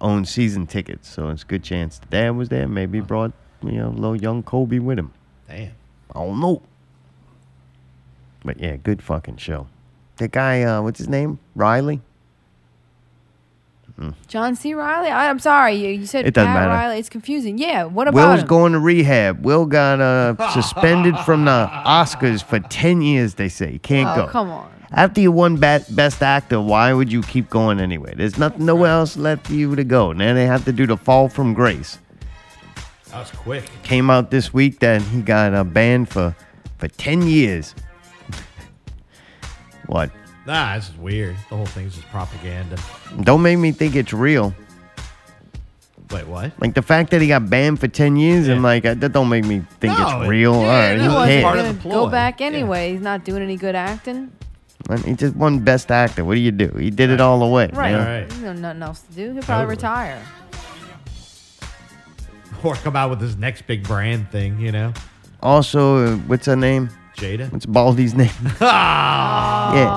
Speaker 6: owned season tickets, so it's a good chance the dad was there. Maybe he brought you know little young Kobe with him.
Speaker 4: Damn.
Speaker 6: I don't know. But yeah, good fucking show. The guy, uh, what's his name? Riley.
Speaker 3: John C. Riley. I, I'm sorry. You, you said
Speaker 6: It doesn't
Speaker 3: Pat
Speaker 6: matter.
Speaker 3: Riley. It's confusing. Yeah. What about
Speaker 6: Will's
Speaker 3: him?
Speaker 6: going to rehab. Will got uh, suspended from the Oscars for ten years. They say he can't
Speaker 3: oh,
Speaker 6: go.
Speaker 3: come on.
Speaker 6: After you won ba- Best Actor, why would you keep going anyway? There's nothing nowhere else left for you to go. Now they have to do the fall from grace.
Speaker 4: That was quick.
Speaker 6: Came out this week that he got uh, banned for for ten years. what?
Speaker 4: Nah, this is weird. The whole thing's just propaganda.
Speaker 6: Don't make me think it's real.
Speaker 4: Wait, what?
Speaker 6: Like the fact that he got banned for ten years, and like I- that don't make me think
Speaker 4: No,
Speaker 6: it's
Speaker 4: it-
Speaker 6: real. All right,
Speaker 3: He
Speaker 6: who
Speaker 3: wasn't
Speaker 6: cares?
Speaker 3: gonna go back anyway. He's not doing any good acting.
Speaker 6: Like, He just won Best Actor. What do you do? He did it all the way.
Speaker 3: Right.
Speaker 6: you know?
Speaker 3: He's got nothing else to do. He'll probably
Speaker 4: Totally.
Speaker 3: retire.
Speaker 4: Or come out with this next big brand thing, you know?
Speaker 6: Also, uh, what's her name?
Speaker 4: Jada.
Speaker 6: What's Baldy's name? yeah.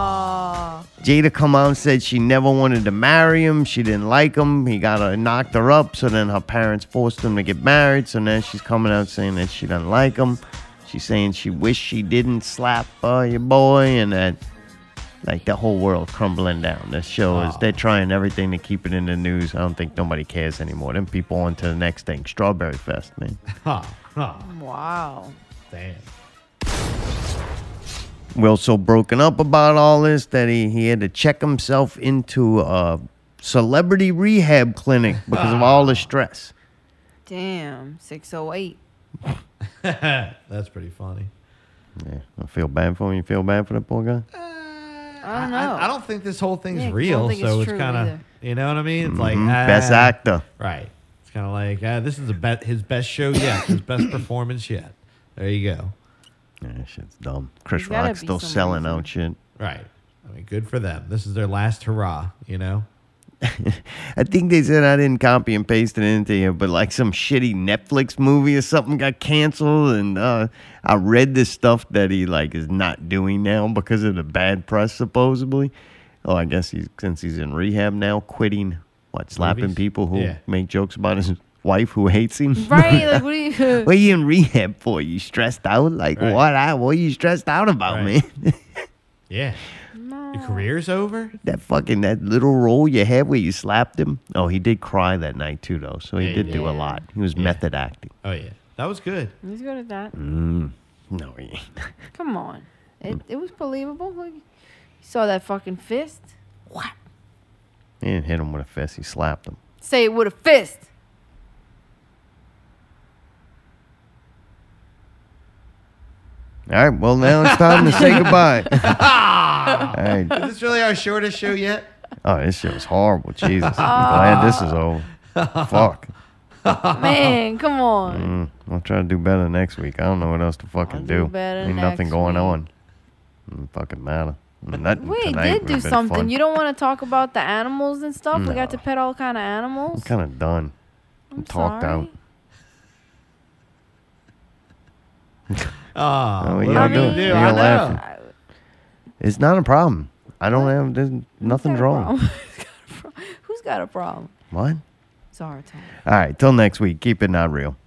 Speaker 6: Jada come out and said she never wanted to marry him. She didn't like him. He got her, knocked her up. So then her parents forced him to get married. So now she's coming out saying that she doesn't like him. She's saying she wish she didn't slap uh, your boy and that, like, the whole world crumbling down. The show is, they're trying everything to keep it in the news. I don't think nobody cares anymore. Them people on to the next thing. Strawberry Fest, man.
Speaker 3: Wow.
Speaker 4: Damn.
Speaker 6: Will so broken up about all this that he, he had to check himself into a celebrity rehab clinic because of all the stress.
Speaker 3: Damn. 608.
Speaker 4: That's pretty funny.
Speaker 6: Yeah, I feel bad for him. You feel bad for that poor guy?
Speaker 3: I don't know.
Speaker 4: I, don't think this whole thing's
Speaker 3: Yeah, I don't
Speaker 4: real,
Speaker 3: think
Speaker 4: so
Speaker 3: it's
Speaker 4: it's,
Speaker 3: true
Speaker 4: kind of
Speaker 3: either.
Speaker 4: you know what I mean. It's
Speaker 6: Mhm.
Speaker 4: like
Speaker 6: Best
Speaker 4: ah,
Speaker 6: actor.
Speaker 4: right? It's kind of like ah, this is the be- his best show yet, his best performance yet. There you go.
Speaker 6: Yeah, shit's dumb. Chris
Speaker 4: There's gotta
Speaker 6: Rock's
Speaker 4: be
Speaker 6: still
Speaker 4: some
Speaker 6: selling
Speaker 4: reason.
Speaker 6: out shit.
Speaker 4: Right. I mean, good for them. This is their last hurrah. You know.
Speaker 6: I think they said I didn't copy and paste it into here, but like some shitty Netflix movie or something got canceled. And uh, I read this stuff that he like is not doing now because of the bad press, supposedly. Oh, I guess he's since he's in rehab now, quitting what slapping
Speaker 4: Movies?
Speaker 6: people who
Speaker 4: Yeah.
Speaker 6: make jokes about his wife who hates him.
Speaker 3: Right? Like, what do you.
Speaker 6: what are you in rehab for? You stressed out? Like what? I, what are you stressed out about, man?
Speaker 4: Yeah. Your career's over.
Speaker 6: that fucking that little role you had where you slapped him. Oh, he did cry that night too, though. So he
Speaker 4: Yeah, he
Speaker 6: did
Speaker 4: did.
Speaker 6: do a lot. He was method acting.
Speaker 4: Oh yeah, that was good.
Speaker 3: He's good at that.
Speaker 6: Mm. No, he ain't.
Speaker 3: Come on. It, it was believable. Like, you saw that fucking fist?
Speaker 6: He didn't hit him with a fist. He slapped him.
Speaker 3: Say it with a fist.
Speaker 6: All right. Well, now it's time to say goodbye. All
Speaker 4: Is
Speaker 6: right.
Speaker 4: this really our shortest show yet?
Speaker 6: Oh, this shit was horrible. Jesus. I'm glad this is over. Fuck.
Speaker 3: Man, come on.
Speaker 6: Mm, I'll try to do better next week. I don't know what else to fucking
Speaker 3: do
Speaker 6: do.
Speaker 3: better
Speaker 6: Ain't nothing
Speaker 3: next
Speaker 6: going on. Doesn't fucking matter. Nothing
Speaker 3: We
Speaker 6: tonight
Speaker 3: did
Speaker 6: would've
Speaker 3: do
Speaker 6: been
Speaker 3: something.
Speaker 6: fun.
Speaker 3: You don't want to talk about the animals and stuff. We got to
Speaker 6: No.
Speaker 3: pet all kind of animals.
Speaker 6: I'm kind of done. I'm, talked
Speaker 3: sorry.
Speaker 6: out.
Speaker 4: Oh,
Speaker 6: Oh,
Speaker 4: what
Speaker 6: yeah,
Speaker 4: are
Speaker 6: I
Speaker 4: we gonna
Speaker 6: do.
Speaker 4: do?
Speaker 6: You're
Speaker 4: Ah, I know.
Speaker 6: laughing. It's not a problem. I don't have there's nothing's wrong.
Speaker 3: Who's got a problem?
Speaker 6: What?
Speaker 3: Sorry, Tom.
Speaker 6: All right, till next week. Keep it not real.